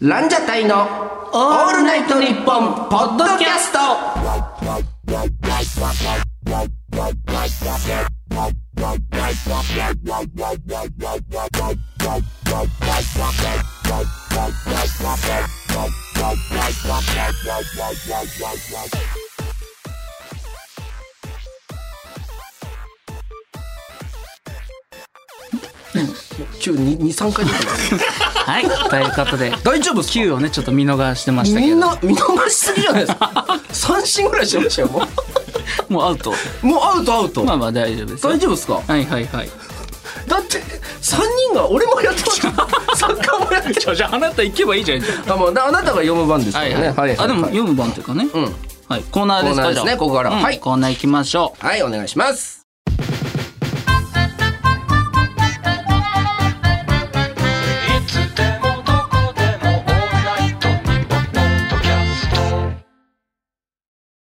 Speaker 2: ランジャタイのオールナイトニッポンポッドキャスト。週に二三回出てます。
Speaker 1: はいということで
Speaker 2: 大丈夫ですか
Speaker 1: Q をねちょっと見逃してましたけ
Speaker 2: み
Speaker 1: ど
Speaker 2: んな見逃しすぎじゃないです か。三振ぐらいしてましたよ。も
Speaker 1: もうアウト
Speaker 2: うもうアウトアウト。
Speaker 1: まあまあ大丈夫ですよ
Speaker 2: 大丈夫ですか。
Speaker 1: はいはいはい
Speaker 2: だって三人が俺もやってま した。サッカーもやって
Speaker 1: じゃあじゃああなた行けばいいじゃん
Speaker 2: た。あもうなあなたが読む番ですか
Speaker 1: は
Speaker 2: ら
Speaker 1: い
Speaker 2: ね。
Speaker 1: はい、あでも読む番っていうかね、
Speaker 2: うん
Speaker 1: はい、コーナーですか
Speaker 2: コーナーですね
Speaker 1: じゃあ
Speaker 2: ここから
Speaker 1: うん
Speaker 2: はい
Speaker 1: コーナー行きましょ
Speaker 2: はいお願いします。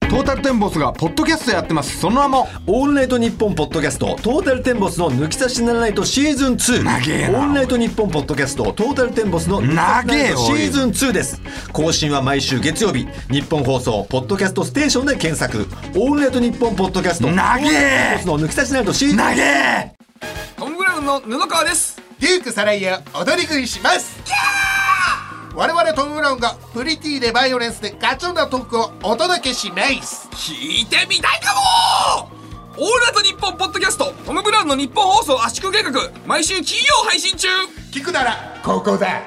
Speaker 4: トータルテンボスがポッドキャストやってますその名も
Speaker 5: オールナイトニッポンポッドキャストトータルテンボスの抜き差しならないとシーズン2
Speaker 4: 長えな
Speaker 5: オールナイトニッポンポッドキャストトータルテンボスの抜き差しならないとシーズン2です更新は毎週月曜日日本放送ポッドキャストステーションで検索オールナイトニッポンポッドキャスト
Speaker 4: 長え
Speaker 5: の抜き差しならないとシーズン
Speaker 4: 長え
Speaker 6: トム・ブラウンの布川です
Speaker 7: デュークサライヤ踊り食いします我々トム・ブラウンがプリティでバイオレンスでガチョンなトークをお届けします
Speaker 6: 聞いてみたいかもオールナイトニッポンポッドキャストトム・ブラウンの日本放送圧縮計画毎週金曜配信中
Speaker 7: 聞くならここだ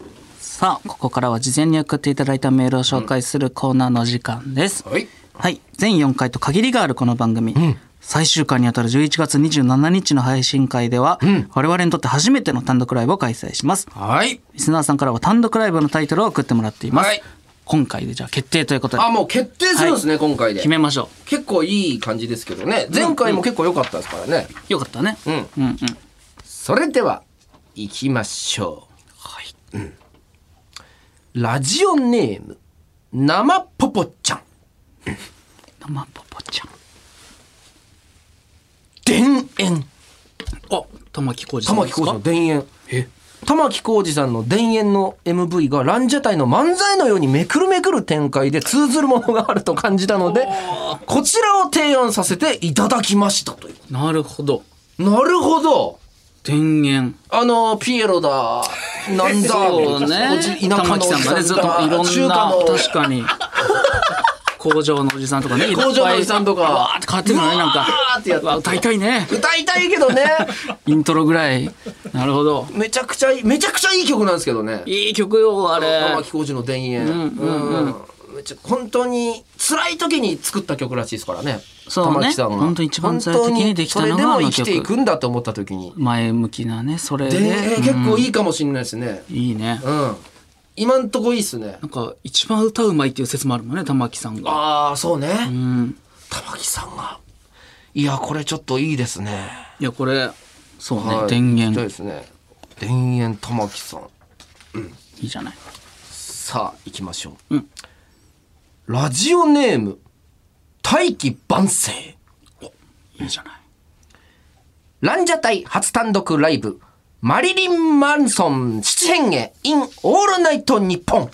Speaker 1: うさあここからは事前に送っていただいたメールを紹介するコーナーの時間です、はい、全4回と限りがあるこの番組、最終回にあたる11月27日の配信会では、我々にとって初めての単独ライブを開催します
Speaker 2: う。はい。
Speaker 1: リスナーさんからは単独ライブのタイトルを送ってもらっています、
Speaker 2: はい
Speaker 1: 今回でじゃあ決定ということで
Speaker 2: あもう決定するんです
Speaker 1: は
Speaker 2: ね、
Speaker 1: い
Speaker 2: 今回で
Speaker 1: 決。めましょ
Speaker 2: 結構いい感じですけどね。前回も結構良かったですからね。
Speaker 1: うよかったね、
Speaker 2: うん。
Speaker 1: うんうん
Speaker 2: それでは行きましょう。はい。うん、ラジオネーム生ポポちゃん。
Speaker 1: 生ポポちゃん
Speaker 2: 田園。
Speaker 1: あ玉置浩二さん
Speaker 2: 玉
Speaker 1: で
Speaker 2: 置
Speaker 1: す
Speaker 2: 浩
Speaker 1: か
Speaker 2: 二の田園。玉置浩二さんの田園の MV がランジャタイの漫才のようにめくるめくる展開で通ずるものがあると感じたので、こちらを提案させていただきましたという。
Speaker 1: なるほど
Speaker 2: なるほど。
Speaker 1: 田園
Speaker 2: あのピエロだなんだ
Speaker 1: そうね
Speaker 2: おじ田舎
Speaker 1: 玉置
Speaker 2: のおじ
Speaker 1: さんがねずっといろ
Speaker 2: 中
Speaker 1: ん
Speaker 2: 華
Speaker 1: な
Speaker 2: の
Speaker 1: 確かに工場のおじさんとかねいっぱい
Speaker 2: 工場のおじさんとか
Speaker 1: わーって変わってるのねなんか
Speaker 2: わーってやって
Speaker 1: わ歌いたいね
Speaker 2: 歌いたいけどね
Speaker 1: イントロぐらいなるほど
Speaker 2: めちゃくちゃいいめちゃくちゃいい曲なんですけどね
Speaker 1: いい曲よあれ
Speaker 2: 玉置浩二の田園
Speaker 1: んうんうん
Speaker 2: めっちゃ本当に辛い時に作った曲らしいですからね
Speaker 1: そうね
Speaker 2: 玉置さんが
Speaker 1: 本当に一番辛い時にできたのが
Speaker 2: 本当にそれでも生きて
Speaker 1: あ
Speaker 2: い
Speaker 1: の曲
Speaker 2: くんだと思った時に
Speaker 1: 前向きなねそれ
Speaker 2: で、
Speaker 1: で
Speaker 2: えー結構いいかもしれないですね
Speaker 1: いいね
Speaker 2: うん今んとこいいっすね
Speaker 1: なんか一番歌うまいっていう説もあるもんね玉置さんが
Speaker 2: ああそうね
Speaker 1: うん
Speaker 2: 玉置さんがいやこれちょっといいですね
Speaker 1: いやこれそうね
Speaker 2: はい
Speaker 1: 田
Speaker 2: そう
Speaker 1: 園
Speaker 2: ですね。田園玉木さん。
Speaker 1: いいじゃない
Speaker 2: さあ、行きましょう。
Speaker 1: うん
Speaker 2: ラジオネーム、大器晩成。
Speaker 1: いいじゃない
Speaker 2: ランジャタイ初単独ライブ、マリリン・マンソン七変化 in オールナイト日本。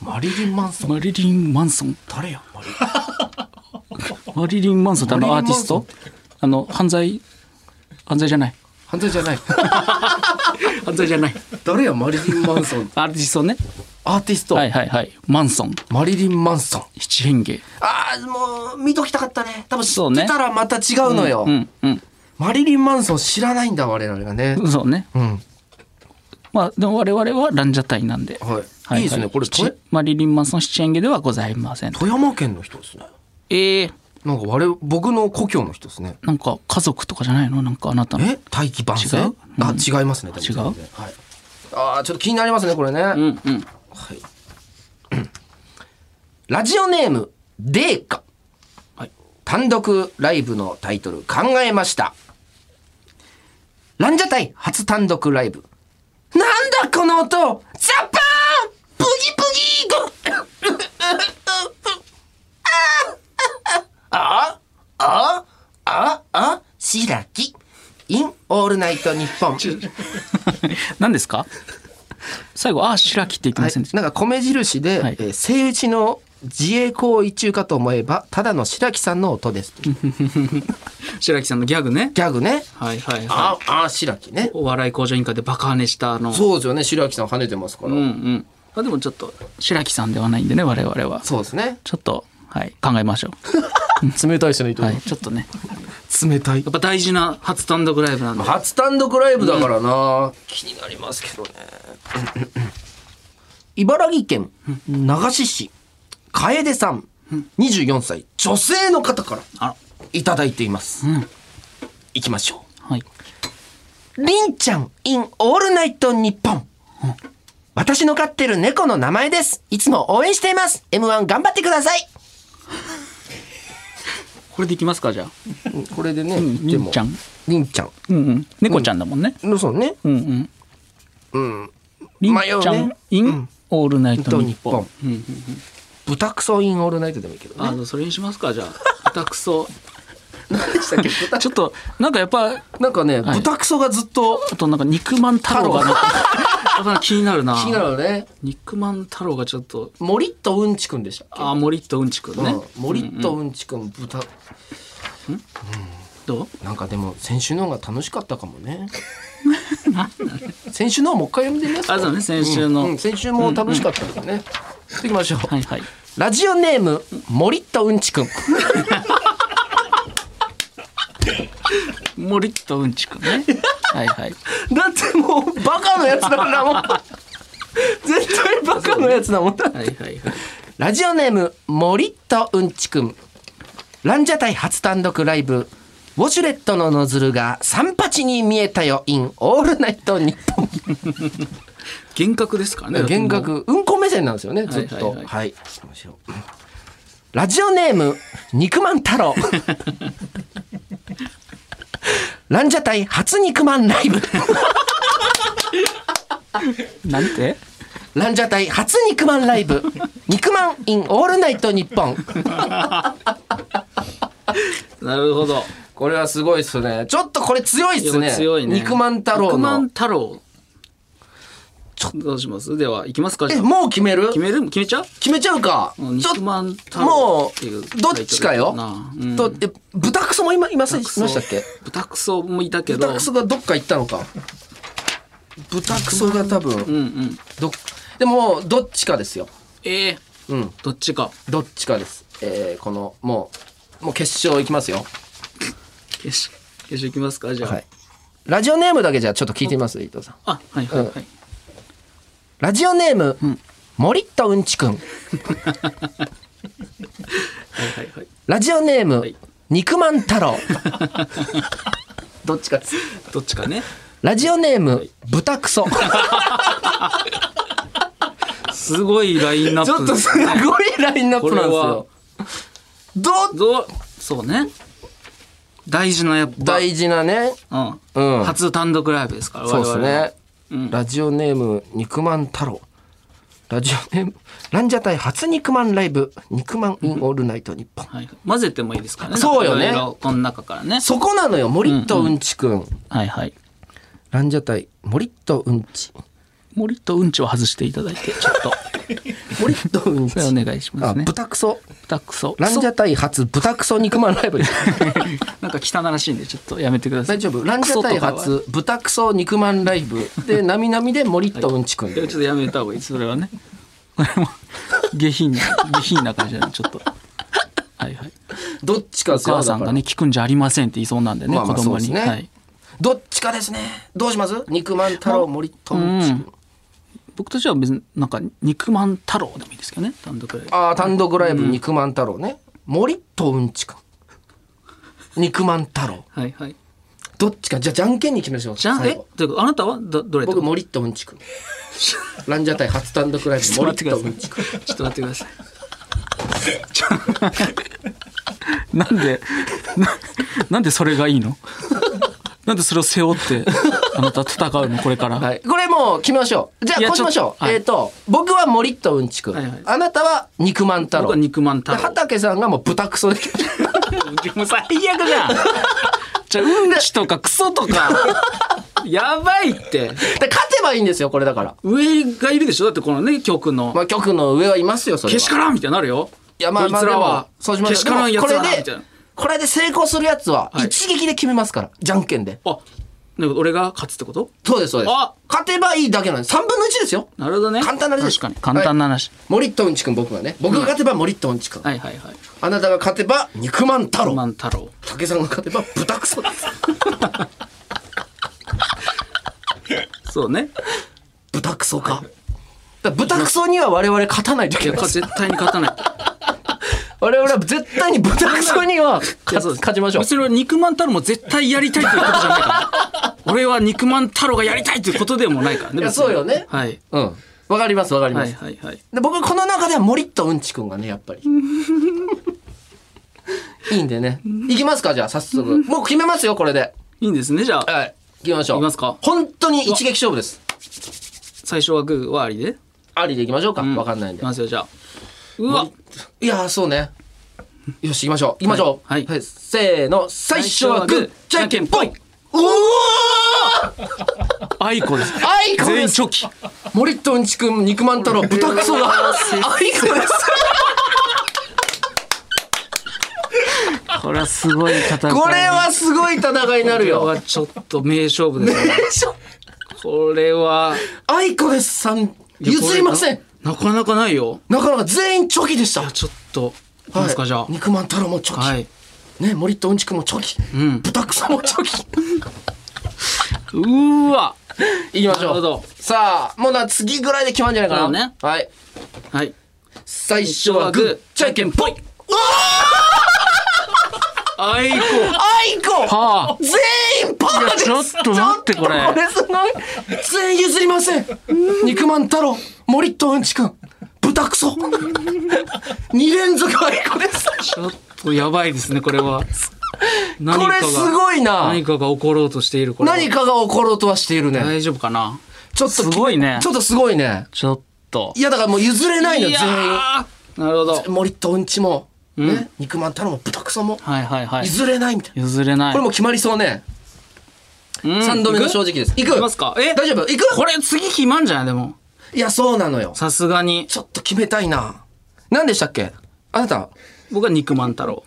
Speaker 2: マリリン・マンソン
Speaker 1: マリリン・マンソン
Speaker 2: 誰やマリリン
Speaker 1: マリリン・マンソンってあの
Speaker 2: マ
Speaker 1: アー
Speaker 2: リ
Speaker 1: テ
Speaker 2: リン
Speaker 1: ィストあの犯罪犯罪じゃない
Speaker 2: 犯罪じゃない。
Speaker 1: 犯罪じゃない
Speaker 2: 誰やマリリン・マンソン。
Speaker 1: アーティストね
Speaker 2: アーティスト、
Speaker 1: はいはいはいマンソン
Speaker 2: マリリン・マンソン。
Speaker 1: 七変化
Speaker 2: ああ、もう、見ときたかったね。多分知
Speaker 1: そう
Speaker 2: っ
Speaker 1: ね
Speaker 2: てたらまた違うのよ。
Speaker 1: うんうん
Speaker 2: マリリン・マンソン知らないんだ我々がね。
Speaker 1: そうね
Speaker 2: うん。
Speaker 1: まあでも我々はランジャタイなんで
Speaker 2: はい。、
Speaker 1: はい
Speaker 2: いですね。これ
Speaker 1: 七
Speaker 2: 富
Speaker 1: マリリン・マンソン七変化ではございません
Speaker 2: 富山県の人ですね。
Speaker 1: えー、
Speaker 2: なんか我々僕の故郷の人ですね。
Speaker 1: なんか家族とかじゃないのなんかあなたの
Speaker 2: え大器晩成？
Speaker 1: 違う
Speaker 2: あ違いますね。
Speaker 1: 違う
Speaker 2: はい。ああちょっと気になりますねこれね、
Speaker 1: うんうん
Speaker 2: ラジオネームデーカ、
Speaker 1: はい
Speaker 2: 単独ライブのタイトル考えましたランジャタイ初単独ライブなんだこの音ザッパーブギブギーゴああああ白木インオールナイトニッポン
Speaker 1: 何ですか最後「ああ白木」って言ってませんでした、
Speaker 2: なんか米印で、
Speaker 1: はい
Speaker 2: えーセイウチの自衛行為中かと思えばただの白木さんの音ですギ
Speaker 1: 白木さんのギャグね
Speaker 2: ャグね
Speaker 1: はいはいはい
Speaker 2: ああ白木ね
Speaker 1: お笑い向上委員会でバカ跳ねしたあの
Speaker 2: そうですよね白木さん跳ねてますから、
Speaker 1: うんうんあでもちょっと白木さんではないんでね我々は
Speaker 2: そうですね
Speaker 1: ちょっとはい考えましょ
Speaker 2: 冷たい人の糸
Speaker 1: う、はい、ちょっとね冷たいやっぱ大事な初単独ライブなんで
Speaker 2: 初単独ライブだからな、気になりますけどね茨城県流し市楓さん24歳女性の方から
Speaker 1: あら
Speaker 2: いただいています、
Speaker 1: ん
Speaker 2: いきましょ
Speaker 1: はい、
Speaker 2: うりんちゃん in オールナイトニッポン私の飼ってる猫の名前ですいつも応援しています M1 頑張ってください
Speaker 1: これでいきますかじゃあ
Speaker 2: これでね、
Speaker 1: ん
Speaker 2: でも
Speaker 1: りんちゃん
Speaker 2: りんちゃん
Speaker 1: うんうん猫ちゃんだもんね、
Speaker 2: のそうね
Speaker 1: うん、うんりんちゃ
Speaker 2: 迷うんね
Speaker 1: in、オールナイト
Speaker 2: と
Speaker 1: ニ
Speaker 2: 日
Speaker 1: ッポン
Speaker 2: 本豚クソインオールナイトでもいいけどね
Speaker 1: あのそれにしますかじゃあ豚クソ
Speaker 2: 何でしたっけ豚
Speaker 1: ちょっとなんかやっぱち
Speaker 2: なんかね、
Speaker 1: はい
Speaker 2: 豚クソがずっと
Speaker 1: ょっとなんか肉まん太郎がなんかやっぱ気になるな
Speaker 2: 気になるね。
Speaker 1: 肉まん太郎がちょっと
Speaker 2: モリッとうんちくんでしたっけ
Speaker 1: あーモリッとうんちくんね、
Speaker 2: うんモリッとうんちくん、豚。
Speaker 1: どう
Speaker 2: なんかでも、先週の方が楽しかったかもね。先週のもう一回読んでみますか
Speaker 1: あそうね先週の
Speaker 2: うん先週も楽しかったですね。行きましょう。
Speaker 1: はいはい
Speaker 2: ラジオネーム、モリッとうんち くん。
Speaker 1: モリッとうんちくんねはいはい
Speaker 2: だってもう、バカのやつだからもう。 絶対バカのやつだもん。
Speaker 1: はいはいはい
Speaker 2: ラジオネーム、モリッとうんちくん。ランジャタイ初単独ライブ。ウォシュレットのノズルが三八に見えたよ、イン、オールナイトニッポン。
Speaker 1: 幻覚ですからね
Speaker 2: 幻覚、うんこ目線なんですよね、ずっと。
Speaker 1: はいはいはい
Speaker 2: はい。面白いラジオネーム、肉まん太郎。 ランジャタイ初肉まんライブ。
Speaker 1: なんて
Speaker 2: ランジャタイ初肉まんライブ。肉まん in オールナイトニッポン。
Speaker 1: なるほど
Speaker 2: これはすごいっすね。ちょっとこれ強いっす
Speaker 1: い
Speaker 2: ね。
Speaker 1: や強いね
Speaker 2: 肉まん太郎
Speaker 1: 肉まん
Speaker 2: の。
Speaker 1: 太郎ちょどうしますでは行きますかじゃ
Speaker 2: え、
Speaker 1: あ
Speaker 2: もう決める
Speaker 1: 決める決めちゃう
Speaker 2: 決めちゃうか。
Speaker 1: うん
Speaker 2: ちょっ
Speaker 1: 肉まん太郎
Speaker 2: も
Speaker 1: っていう
Speaker 2: う、どっちか
Speaker 1: タイトル
Speaker 2: よ
Speaker 1: だなうん。
Speaker 2: と、え、豚クソも今、いません、いま
Speaker 1: 豚クソ
Speaker 2: したっけ
Speaker 1: 豚クソもいたけど
Speaker 2: 豚クソがどっか行ったのか。豚クソが多
Speaker 1: うん
Speaker 2: 分、
Speaker 1: うん
Speaker 2: どっ、でも、どっちかですよ。
Speaker 1: ええ
Speaker 2: うん、
Speaker 1: どっちか
Speaker 2: どっちかです。えー、この、もう、もう決勝いきますよ。
Speaker 1: よしよし行きますかじゃあ、
Speaker 2: はい。ラジオネームだけじゃあちょっと聞いてみます、伊藤さん。
Speaker 1: あはいはいはい、
Speaker 2: ラジオネーム、モリッとうんちくん。
Speaker 1: はいはい
Speaker 2: ラジオネーム、
Speaker 1: い
Speaker 2: 肉まん太郎。 どっちかです。
Speaker 1: どっちかね
Speaker 2: ラジオネーム、豚クソ。
Speaker 1: すごいラインナッ
Speaker 2: ち
Speaker 1: プ
Speaker 2: ょっとすごいラインナップなんですよ。ど
Speaker 1: どうそうね大事なやっぱ
Speaker 2: 大事なね。
Speaker 1: うん
Speaker 2: うん
Speaker 1: 初単独ライブですから
Speaker 2: そうです
Speaker 1: 我
Speaker 2: ね。ラジオネーム、肉まん太郎。ラジオネーム、ランジャタイ初肉まんライブ、肉まんインオールナイト日本。
Speaker 1: 々は、はい、混ぜてもいいですからね
Speaker 2: そうよね
Speaker 1: いろいろこの中からね
Speaker 2: そこなのよ、モリッとうんちくん。
Speaker 1: はいはい
Speaker 2: ランジャタイ、モリッとうんち。
Speaker 1: 森とうんちを外していただいてちょっ と
Speaker 2: モリッとうんち
Speaker 1: それ。お願いしま
Speaker 2: あ、
Speaker 1: すね
Speaker 2: 豚クソ。
Speaker 1: 豚クソ
Speaker 2: ランジャタイ初豚クソ肉まん ライブ。
Speaker 1: なんか汚らしいんでちょっとやめてください
Speaker 2: 大丈夫ランジャタイ
Speaker 1: クソと
Speaker 2: 初豚クソ肉まんライブでなみなみでモリッとうんちくん
Speaker 1: かはいいやちょっとやめた方がいいそれはね これも下品な下品な感じなんでちょっとはいはい
Speaker 2: どっちか
Speaker 1: お母さんがね聞くんじゃありませんって言いそうなんでね、
Speaker 2: まあまあ
Speaker 1: 子供に、
Speaker 2: そうですね
Speaker 1: はい
Speaker 2: どっちかですねどうします肉まん太郎モリッとうんちくん
Speaker 1: 僕としては別になんか肉まん太郎でもいいですけどね単独ライブ
Speaker 2: ああ単独ライブ肉まん太郎ねモリッとうんちくん肉まん太郎
Speaker 1: はいはい
Speaker 2: どっちかじゃあじゃんけんに決めましょう
Speaker 1: じゃん
Speaker 2: 最
Speaker 1: え
Speaker 2: 後
Speaker 1: というかあなたはどどれと
Speaker 2: 僕森とうんちくんランジャタイ初単独ライ
Speaker 1: ち
Speaker 2: ブ
Speaker 1: ょっと
Speaker 2: 森
Speaker 1: 待って
Speaker 2: と
Speaker 1: く
Speaker 2: う
Speaker 1: だ
Speaker 2: ん
Speaker 1: さ
Speaker 2: ちく
Speaker 1: いちょっと待ってくださいちょ なんでななんでそれがいいのなんでそれを背負ってあなた戦うのこれから、
Speaker 2: はい、これもう決めましょうじゃ
Speaker 1: い
Speaker 2: あ
Speaker 1: や
Speaker 2: こうしまし
Speaker 1: ちょっ
Speaker 2: ょう
Speaker 1: とはい
Speaker 2: えっ、と僕は森とうんちくん、
Speaker 1: はいはい
Speaker 2: あなたは肉まん太
Speaker 1: 僕
Speaker 2: 郎
Speaker 1: は肉まん太
Speaker 2: で
Speaker 1: 郎
Speaker 2: 畑さんがもう豚クソで
Speaker 1: もう最悪 じゃんじゃあうんちとか クソとかやばいって
Speaker 2: で勝てばいいんですよこれだから
Speaker 1: 上がいるでしょだってこのね曲の、
Speaker 2: まあ局の上はいますよそれ
Speaker 1: け
Speaker 2: は
Speaker 1: しからんみたいになるよ
Speaker 2: いやまあまあ
Speaker 1: こいつら
Speaker 2: で
Speaker 1: は
Speaker 2: もそうしましょう
Speaker 1: けしからんやつ
Speaker 2: でも
Speaker 1: ら
Speaker 2: こ
Speaker 1: だ
Speaker 2: れ
Speaker 1: みたい
Speaker 2: で
Speaker 1: な
Speaker 2: これで成功するやつは
Speaker 1: はい
Speaker 2: 一撃で決めますから、じゃんけんで
Speaker 1: あなんか俺が勝つってこと
Speaker 2: そうですそうです
Speaker 1: あ
Speaker 2: 勝てばいいだけなんです3分の1ですよ
Speaker 1: なるほどね
Speaker 2: 簡単な話です
Speaker 1: 確かに簡単な話、
Speaker 2: 森とうんちくん僕がね僕が勝てば森とうんちくん、
Speaker 1: はい、はいはい
Speaker 2: あなたが勝てば肉まん太郎
Speaker 1: 万太郎
Speaker 2: 竹さんが勝てば豚クソです
Speaker 1: そうね
Speaker 2: 豚クソかだから豚クソには我々勝たないとい
Speaker 1: い
Speaker 2: け
Speaker 1: や
Speaker 2: ないです
Speaker 1: 絶対に勝た ない
Speaker 2: 我々は絶対に豚クソには勝つ勝ちましょう
Speaker 1: それは肉まん太郎も絶対やりたいということじゃないから俺は肉まん太郎がやりたいということでもないからね
Speaker 2: いや
Speaker 1: 別に
Speaker 2: そうよね
Speaker 1: はい
Speaker 2: うんわかりますわかりま
Speaker 1: はい
Speaker 2: す、
Speaker 1: はいはい
Speaker 2: で僕この中では森とうんちくんがねやっ ぱりいいんでねいきますかじゃあ早速もう決めますよこれで
Speaker 1: いいんですねじゃあ
Speaker 2: はい行きましょう
Speaker 1: いきますか
Speaker 2: 本当に一撃勝負です
Speaker 1: 最初はグーはありで
Speaker 2: ありでいきましょうか、わ
Speaker 1: う
Speaker 2: かんないん
Speaker 1: いき
Speaker 2: で
Speaker 1: ますよじゃあうわ
Speaker 2: いやーそうねよし行きましょう行きましょう
Speaker 1: はい
Speaker 2: せーの最初はグーじゃんけんぽいおお
Speaker 1: あいこです
Speaker 2: あいこ
Speaker 1: 全
Speaker 2: で
Speaker 1: 員
Speaker 2: す
Speaker 1: チョキ
Speaker 2: 森とうんちくん肉まん太郎豚クソが あいこです
Speaker 1: これはすごい戦いだね
Speaker 2: これはすごい戦いに
Speaker 1: こ
Speaker 2: なる
Speaker 1: れ
Speaker 2: よ
Speaker 1: はちょっと名勝負ですねこれは
Speaker 2: あいこですさん譲りません
Speaker 1: なかなかないよ
Speaker 2: なかなか全員チョキでした。
Speaker 1: あちょっといきますか、
Speaker 2: はい
Speaker 1: じゃ
Speaker 2: 肉まん太郎もチョ
Speaker 1: あ
Speaker 2: キ。
Speaker 1: はい
Speaker 2: ね、森とうんちくもチョキ。
Speaker 1: ん
Speaker 2: 豚草もチ ョキ。
Speaker 1: うーわ
Speaker 2: いきまし
Speaker 1: なる
Speaker 2: ょ
Speaker 1: ほ
Speaker 2: う。
Speaker 1: ど
Speaker 2: さあ、もうな、次ぐらいで決まるんじゃないかな。
Speaker 1: そうね
Speaker 2: はい。
Speaker 1: はい
Speaker 2: 最初はグー、じゃんけんぽい。
Speaker 1: あいこ
Speaker 2: あいこ
Speaker 1: はあ
Speaker 2: 全員パーです
Speaker 1: いやちょっと待って
Speaker 2: ちょと
Speaker 1: これ
Speaker 2: これすごい。全員譲りません。肉まん太郎、森とうんちくん、豚草。2連続あいこです。
Speaker 1: ちょっとやばいですねこれ は何
Speaker 2: こ
Speaker 1: かが
Speaker 2: れすごいな
Speaker 1: 何。かが起ころうとしているこれは
Speaker 2: 何かが起ころうとはしているね。
Speaker 1: 大丈夫かな
Speaker 2: ちょっ
Speaker 1: す
Speaker 2: と
Speaker 1: ごいね
Speaker 2: ちょっとすごいね。
Speaker 1: ちょっと
Speaker 2: いやだからもう譲れないの
Speaker 1: い
Speaker 2: 全
Speaker 1: や
Speaker 2: 員。
Speaker 1: ーなるほど
Speaker 2: 森とうんちも、ね、肉まん太郎も豚クソも、
Speaker 1: はいはいはい
Speaker 2: 譲れないみたいな。
Speaker 1: 譲れない
Speaker 2: これもう決まりそうね。
Speaker 1: うん
Speaker 2: 三度目の正直です。い
Speaker 1: い
Speaker 2: く
Speaker 1: きますかえ
Speaker 2: 大丈夫い
Speaker 1: こ
Speaker 2: く
Speaker 1: れ次決まんじゃないでも
Speaker 2: いや、そうなのよ。
Speaker 1: さすがに
Speaker 2: ちょっと決めたいな。何でしたっけあなた、
Speaker 1: 僕は肉まん太郎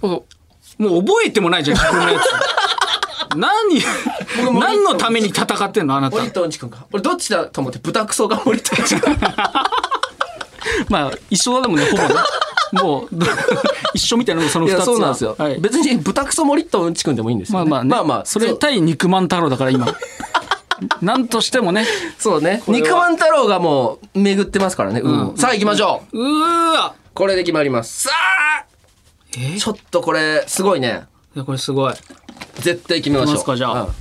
Speaker 1: もう覚えてもないじゃん自分のや つ何何のために戦ってんのあ なた
Speaker 2: 森とうんちくんか。俺どっちだと思って豚クソが森とうんちくん。
Speaker 1: まあ一緒だもんねほぼねもうど 一緒みたいなのがその
Speaker 2: い
Speaker 1: 2つ
Speaker 2: や、
Speaker 1: は
Speaker 2: そうなんですよ。
Speaker 1: はい、
Speaker 2: 別に豚クソ森とうんちくんでもいいんですよ、
Speaker 1: まあまあね
Speaker 2: まあまあ、
Speaker 1: それ対肉まん太郎だから今なんとしてもね
Speaker 2: そうね。
Speaker 1: れは
Speaker 2: 肉まん太郎がもう巡ってますからね。うん、さあ行きましょ う。
Speaker 1: うーわ
Speaker 2: これで決まります。さあ
Speaker 1: え
Speaker 2: ちょっとこれ、すごいね。
Speaker 1: いやこれすごい
Speaker 2: 絶対決めましょ
Speaker 1: 決め
Speaker 2: う。
Speaker 1: ますかじゃあ
Speaker 2: うん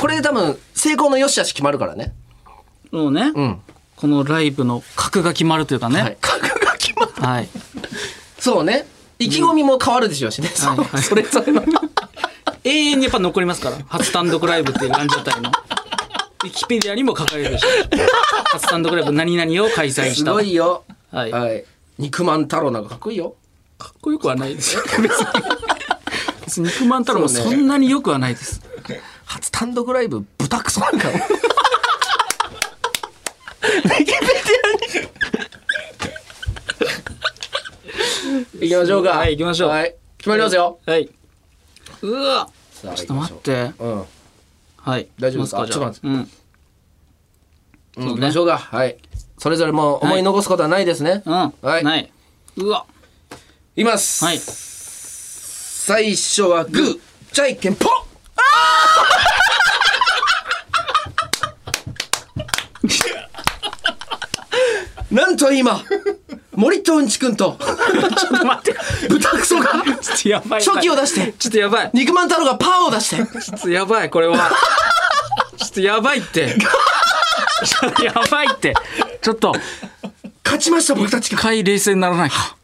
Speaker 2: これで多分、成功の良し悪し決まるからね。
Speaker 1: もうね、
Speaker 2: ん
Speaker 1: このライブの格が決まるというかね
Speaker 2: はい。格が決まる。
Speaker 1: はい、
Speaker 2: そうね。意気込みも変わるでしょうしね。そ
Speaker 1: はいはい
Speaker 2: それぞれ の。
Speaker 1: 永遠にやっぱ残りますから初単独ライブっていうランジャタイのウィキペディアにも書かれるでしょ初単独ライブ何々を開催し
Speaker 2: す
Speaker 1: た
Speaker 2: ごいよ。
Speaker 1: はい
Speaker 2: はい。肉まん太郎なんかかっこいいよ。
Speaker 1: かっこよくはない ですよ別に別に肉まん太郎もそんなによくはないです、
Speaker 2: 初単独ライブ、豚クソなんかも。ウィキペディアに。行きましょうか。
Speaker 1: はい行きましょう
Speaker 2: はい。決まりますよ。
Speaker 1: はいうわ
Speaker 2: ちょ
Speaker 1: ちょっと待っ。て
Speaker 2: うん。
Speaker 1: はい
Speaker 2: 大丈夫ですか
Speaker 1: 行きます
Speaker 2: ちょ
Speaker 1: じゃあ
Speaker 2: うん、
Speaker 1: そう
Speaker 2: 行
Speaker 1: ね
Speaker 2: きましょうか。はい。それぞれもう思い残すことはないですね。
Speaker 1: うんうん
Speaker 2: はい
Speaker 1: ないうわ
Speaker 2: いきます。
Speaker 1: はい
Speaker 2: 最初はグー、じゃいけんぽんなんと今、森とうんちくんと
Speaker 1: ちょっと待って。
Speaker 2: 豚 クソが
Speaker 1: ちょっとやばい。
Speaker 2: チョキを出して
Speaker 1: ちょっとやばい。
Speaker 2: 肉まん太郎がパーを出して
Speaker 1: ちょっとやばい、これ は。ちょっとやばいって。ちょっとやばいって。ちょっと、
Speaker 2: 勝ちました僕たち
Speaker 1: 一
Speaker 2: が
Speaker 1: 回冷静にならないか。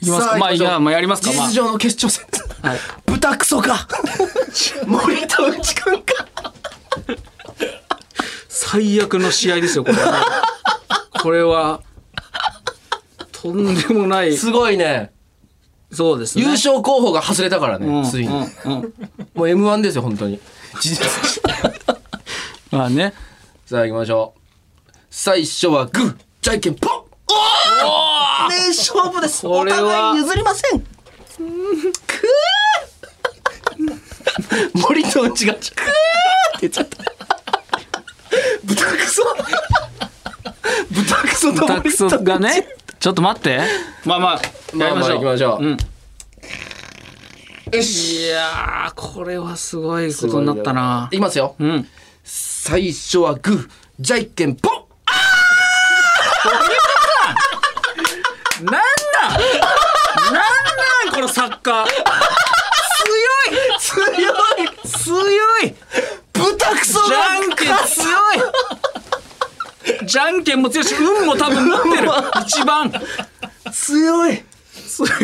Speaker 1: いきます
Speaker 2: さ
Speaker 1: か。まあ、
Speaker 2: 行
Speaker 1: い
Speaker 2: きしょう
Speaker 1: や、まあ、やりますか。
Speaker 2: 事
Speaker 1: まあ
Speaker 2: 実上の決勝戦、
Speaker 1: はい
Speaker 2: 豚ク ソか森とうんちくんか
Speaker 1: 最悪の試合ですよ、これは。 これは、とんでもない。
Speaker 2: すごいね
Speaker 1: そうですね。
Speaker 2: 優勝候補が外れたからね、
Speaker 1: うん
Speaker 2: ついに、も
Speaker 1: うんうん
Speaker 2: う m 1ですよ本当に
Speaker 1: まあね。
Speaker 2: さあ行きましょう最初はグーじゃんけんポンおお名勝負です
Speaker 1: こ
Speaker 2: お
Speaker 1: れは
Speaker 2: 互い譲りませんくー森とうちがくーって言っちゃった豚クソ豚クソと
Speaker 1: タ
Speaker 2: 森
Speaker 1: クソがね。ちょっと待って。まあまあ、
Speaker 2: まあまあ
Speaker 1: やりましょう。。
Speaker 2: 行きましょうん
Speaker 1: いやー、これはすごいことになったな。
Speaker 2: いきますよ
Speaker 1: うん。
Speaker 2: 最初はグーじゃんけんポン
Speaker 1: なんなんなんなんこのサッカー
Speaker 2: 強い
Speaker 1: 強い
Speaker 2: 豚クソ
Speaker 1: じゃんけん強いじゃんけんも強いし運も多分持ってる一番
Speaker 2: 強い
Speaker 1: すごい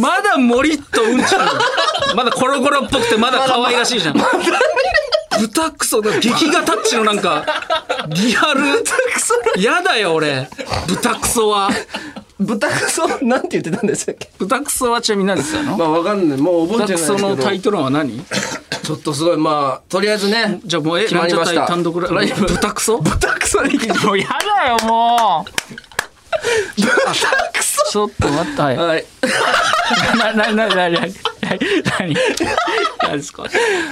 Speaker 1: まだもりっとうんちゃんまだコロコロっぽくてまだ可愛らしいじゃん豚クソだ劇画タッチのなんかリアルやだよ俺豚クソは
Speaker 2: 豚クソなんて言ってたんですっけ
Speaker 1: 豚クソはちなみに何ですよ
Speaker 2: まあわかんないもう覚
Speaker 1: 豚ク
Speaker 2: えてないです
Speaker 1: ソ
Speaker 2: け
Speaker 1: の
Speaker 2: ど
Speaker 1: タイトルは何
Speaker 2: ちょっとすごいまあとりあえずね
Speaker 1: じゃあもうえ
Speaker 2: 決まりま
Speaker 1: ラン
Speaker 2: した
Speaker 1: ジャタイ単独ライブ豚クソ豚クソもうやだよもうちょっと待ってはい
Speaker 2: はい
Speaker 1: な、な、な、な、な、な、な、何ですか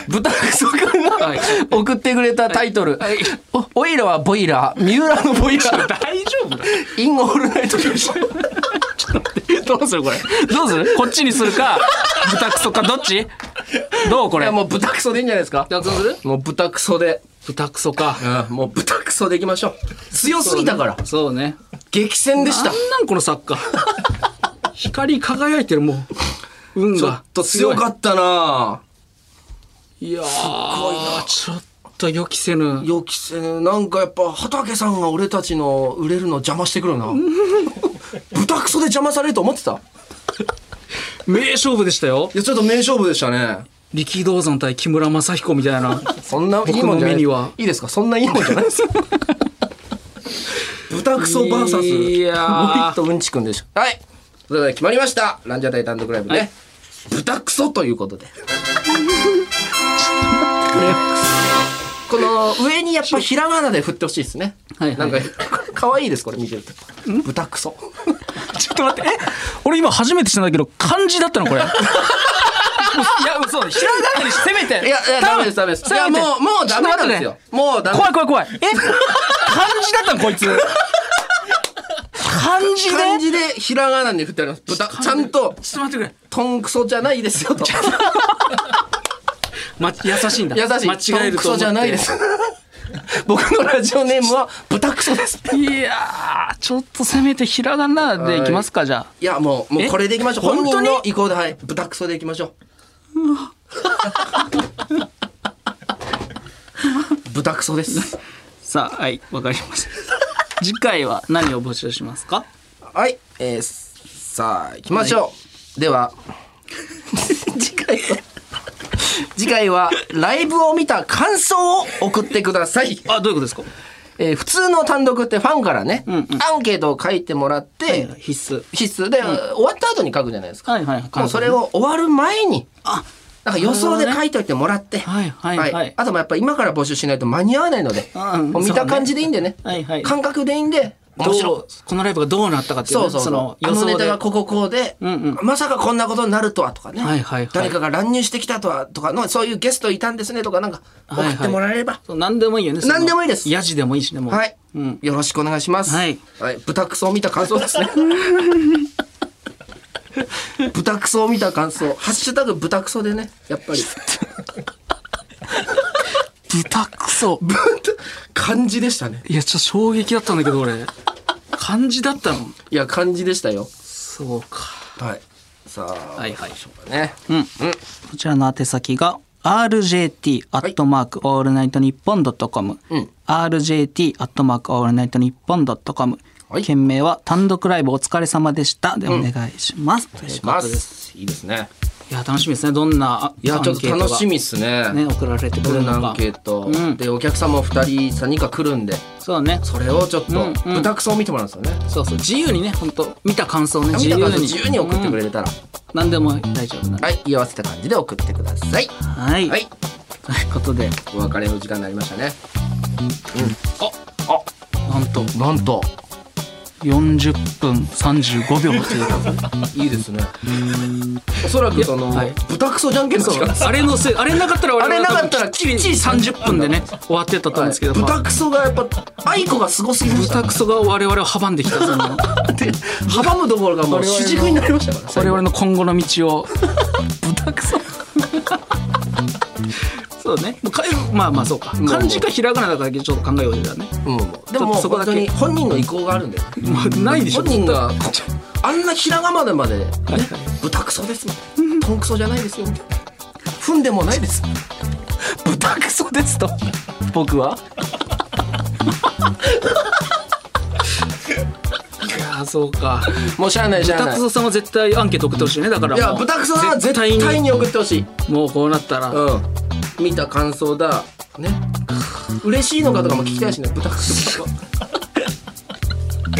Speaker 2: 豚クソくんが
Speaker 1: はい
Speaker 2: 送ってくれたタイトル
Speaker 1: はい
Speaker 2: 「おオイラはボイラー三浦のボイラー
Speaker 1: 大丈夫だ
Speaker 2: インオールナイトニッポン
Speaker 1: どうするこれどうするこっちにするか豚クソかどっちどうこ
Speaker 2: い
Speaker 1: れ
Speaker 2: やもう豚クソでいいんじゃないですか
Speaker 1: 豚クソする
Speaker 2: もう豚クソで
Speaker 1: 豚クソか
Speaker 2: うんもう豚クソでいきましょう強すぎたから
Speaker 1: そうね
Speaker 2: 激戦でし
Speaker 1: な
Speaker 2: た
Speaker 1: んなんこのサッカー光り輝いてるもう運
Speaker 2: ちょ
Speaker 1: が
Speaker 2: っと強かったない
Speaker 1: やーちょっと予期せぬ
Speaker 2: 予期せぬなんかやっぱ畑さんが俺たちの売れるの邪魔してくる な豚クソで邪魔されると思ってた
Speaker 1: 名勝負でしたよ
Speaker 2: いやちょっと名勝負でしたね
Speaker 1: 力道山対木村正彦みたいな
Speaker 2: そんないい
Speaker 1: 僕
Speaker 2: も
Speaker 1: の
Speaker 2: んじゃ
Speaker 1: 目
Speaker 2: ない
Speaker 1: にはい
Speaker 2: いですかそんないいもんじゃない ですよ豚クソバーサス
Speaker 1: いやー
Speaker 2: 森とうんちくんでしょはいそれでは決まりましたランジャタイ単独ライブね、
Speaker 1: はい
Speaker 2: 豚クソということでこの上にやっぱひらがなで振ってほしいですね、
Speaker 1: はいはい
Speaker 2: なんか可愛いですこれ見てると豚クソ
Speaker 1: ちょっと待って、え、俺今初めてしたんだけど、漢字だったのこれ。いや、嘘、ひらがなにせめて。
Speaker 2: いやいやダメですダメですい
Speaker 1: せめ
Speaker 2: や
Speaker 1: て
Speaker 2: もうもうダメなんですよ、もうダメ
Speaker 1: 怖い怖い怖い。え、漢字だったのこいつ。漢字
Speaker 2: 漢
Speaker 1: で。
Speaker 2: 字でひらがなに振ってあります豚ちゃんと
Speaker 1: ちょっと待ってくれ。
Speaker 2: トンクソじゃないです よと
Speaker 1: ま、優しいんだ。
Speaker 2: 優しい。
Speaker 1: 間違えると思って
Speaker 2: 豚クソじゃないで。す。 僕のラジオネームは豚クソです。
Speaker 1: いやー、ちょっとせめてひらがなでいきますか、じゃあ。
Speaker 2: いや、もう、も
Speaker 1: え
Speaker 2: うこれでいきましょう。
Speaker 1: 本
Speaker 2: 本
Speaker 1: 当
Speaker 2: 人
Speaker 1: に
Speaker 2: の意向で、はい。豚クソでいきまし ょう。豚クソです。
Speaker 1: さあ、はい、わかりました。次回は何を募集しますか
Speaker 2: はい。えー、さあ、行きましょう。では、 次回は、次回は、ライブを見た感想を送ってください。
Speaker 1: あ、どういうことですか
Speaker 2: えー普通の単独ってファンからね、
Speaker 1: んうん
Speaker 2: アンケートを書いてもらって、
Speaker 1: 必須。
Speaker 2: 必須で、終わった後に書くじゃないですか、
Speaker 1: はいはいはい
Speaker 2: もうそれを終わる前に
Speaker 1: あ
Speaker 2: なんか予想で書いといてもらって、
Speaker 1: はいはいはい
Speaker 2: あともやっぱ今から募集しないと間に合わないので、
Speaker 1: うん
Speaker 2: もう見
Speaker 1: そう
Speaker 2: た
Speaker 1: ね
Speaker 2: 感じでいいんでね
Speaker 1: はいはい
Speaker 2: 感覚でいいんで面白
Speaker 1: どうこのライブがどうなったかっていうね、
Speaker 2: そうそうそう
Speaker 1: の
Speaker 2: あ
Speaker 1: 予
Speaker 2: の
Speaker 1: 想で
Speaker 2: ネタがこここうで、
Speaker 1: んうん
Speaker 2: まさかこんなことになるとはとかね、
Speaker 1: はいはいはい
Speaker 2: 誰かが乱入してきたとはとかのそういうゲストいたんですねとかなんか送ってもらえれば、
Speaker 1: そう何でもいいよね。その
Speaker 2: 何でもいいです
Speaker 1: ヤジでもいいしね、もう。
Speaker 2: はい、
Speaker 1: うん。
Speaker 2: よろしくお願いします。
Speaker 1: はい
Speaker 2: 豚クソを見た感 想ですね。豚クソを見 た感想、ハッシュタグ豚クソでね、やっぱり。
Speaker 1: 豚クソ。
Speaker 2: 漢字でしたね
Speaker 1: いや、ちょっと衝撃だったんだけど、俺。漢字だったの
Speaker 2: いや漢字でしたよ
Speaker 1: そうか。
Speaker 2: はいさあ
Speaker 1: はいはい。
Speaker 2: ね
Speaker 1: こちらの宛先が rjt アットマークオールナイトニッポンドットコム、rjt アットマークオールナイトニッポンドットコム。件名は単独ライブお疲れ様でしたでお願いします。ということです
Speaker 2: すいいですね
Speaker 1: いや楽しみですね。どんない
Speaker 2: やちょっと楽しみっすね
Speaker 1: ね送られてく
Speaker 2: こ
Speaker 1: る
Speaker 2: れの
Speaker 1: の
Speaker 2: ア
Speaker 1: か
Speaker 2: ン。ケート、
Speaker 1: うん
Speaker 2: でお客様も2人3人か来るんで
Speaker 1: そうだね。
Speaker 2: それをちょっ
Speaker 1: うんうん
Speaker 2: と豚クソを見てもらうんですよね、
Speaker 1: そうそう自由にね本当見た感想ね自
Speaker 2: 自由
Speaker 1: 由
Speaker 2: に
Speaker 1: に
Speaker 2: 自由に送ってくれれたら、
Speaker 1: うん何でも大丈夫なんで。
Speaker 2: はい言い合わせた感じで送ってください
Speaker 1: はい。
Speaker 2: はい
Speaker 1: ということで
Speaker 2: お別れの時間になりましたね
Speaker 1: なんと
Speaker 2: なんと
Speaker 1: 40分35秒ということで。
Speaker 2: いいですねおそらくその、
Speaker 1: はい
Speaker 2: 豚クソじゃんけんの時間
Speaker 1: あれのせい、あれなかったら我々
Speaker 2: あれなかったら
Speaker 1: きっちり30分でね、終わってたと思うんですけど、まあ
Speaker 2: 豚クソがやっぱ愛子がすごすぎま した
Speaker 1: 豚クソが我々を阻んできた、そ の、
Speaker 2: 阻むどころかもう主軸になりましたから
Speaker 1: 我々の今後の道を、豚クソ。そうね、もうかまあまあそうか漢字かひらがなだからだけちょっと考えようだね
Speaker 2: うんでももう
Speaker 1: そこ
Speaker 2: 本
Speaker 1: だけ
Speaker 2: 当に本人の意向があるんで
Speaker 1: もうないでしょ
Speaker 2: 本人があんなひらがまでまで、ね 「豚クソです」「トンクソじゃないですよ」みたいな「踏んでもないです」「豚クソです」と
Speaker 1: 僕はいやーそうか
Speaker 2: もうしゃあないしゃあ
Speaker 1: 豚
Speaker 2: な
Speaker 1: ク
Speaker 2: い
Speaker 1: ソさんは絶対アンケート送ってほしいねだから
Speaker 2: いや
Speaker 1: もう
Speaker 2: 豚クソは絶対に送ってほしい
Speaker 1: もうこうなったら
Speaker 2: うん見た感想だね嬉しいのかとかも聞きたいしね豚クソ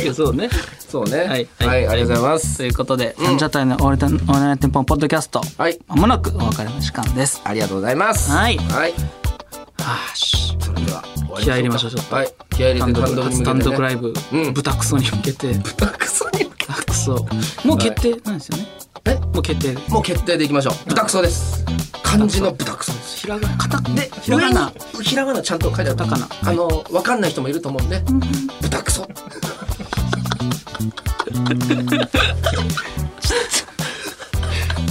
Speaker 1: いやそうね
Speaker 2: そうね
Speaker 1: はい
Speaker 2: はい、ありがとうございます
Speaker 1: ということで、ランジャタイのオールナイトオールナイトニッポンポッドキャスト、
Speaker 2: はい
Speaker 1: まもなくお別れの時間です。
Speaker 2: ありがとうございます
Speaker 1: はい
Speaker 2: はい
Speaker 1: はあし、
Speaker 2: それでは終わ
Speaker 1: 気合い入れましょうちょっと
Speaker 2: はい気合い入れて単独に向けてね
Speaker 1: 初単独ライブ、
Speaker 2: うん
Speaker 1: 豚クソに向けて、
Speaker 2: 豚 クソに向け
Speaker 1: 豚クソ。もう決定なんですよね。
Speaker 2: え
Speaker 1: もう決定。
Speaker 2: もう決定でいきましょう豚クソです漢字の豚クソです
Speaker 1: ひらがな、片
Speaker 2: で
Speaker 1: ひらがな
Speaker 2: 上にひらがなちゃんと書いてある
Speaker 1: カタカナ
Speaker 2: あのわかんない人もいると思うんで 豚クソ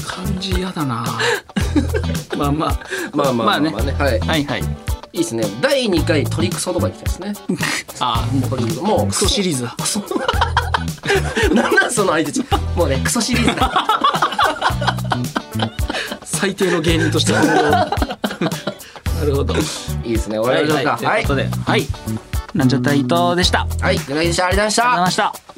Speaker 1: 漢字嫌だな。まあまあ、
Speaker 2: まあまあまあね
Speaker 1: まあね
Speaker 2: はい
Speaker 1: はいはい。
Speaker 2: いいですね第2回鳥クソとか行きたいですね
Speaker 1: あー、もう
Speaker 2: 鳥クソもう
Speaker 1: クソシリーズだ。
Speaker 2: なんなんその相手もうねクソシリーズだ
Speaker 1: 最低の芸人 として今後。なるほど。
Speaker 2: いいですね終わりましょうか
Speaker 1: は、
Speaker 2: はいい
Speaker 1: ということで、はい。ランジャタイ伊藤でした。ありがとう
Speaker 2: はい、うなぎでしたありがとうございました
Speaker 1: ございました。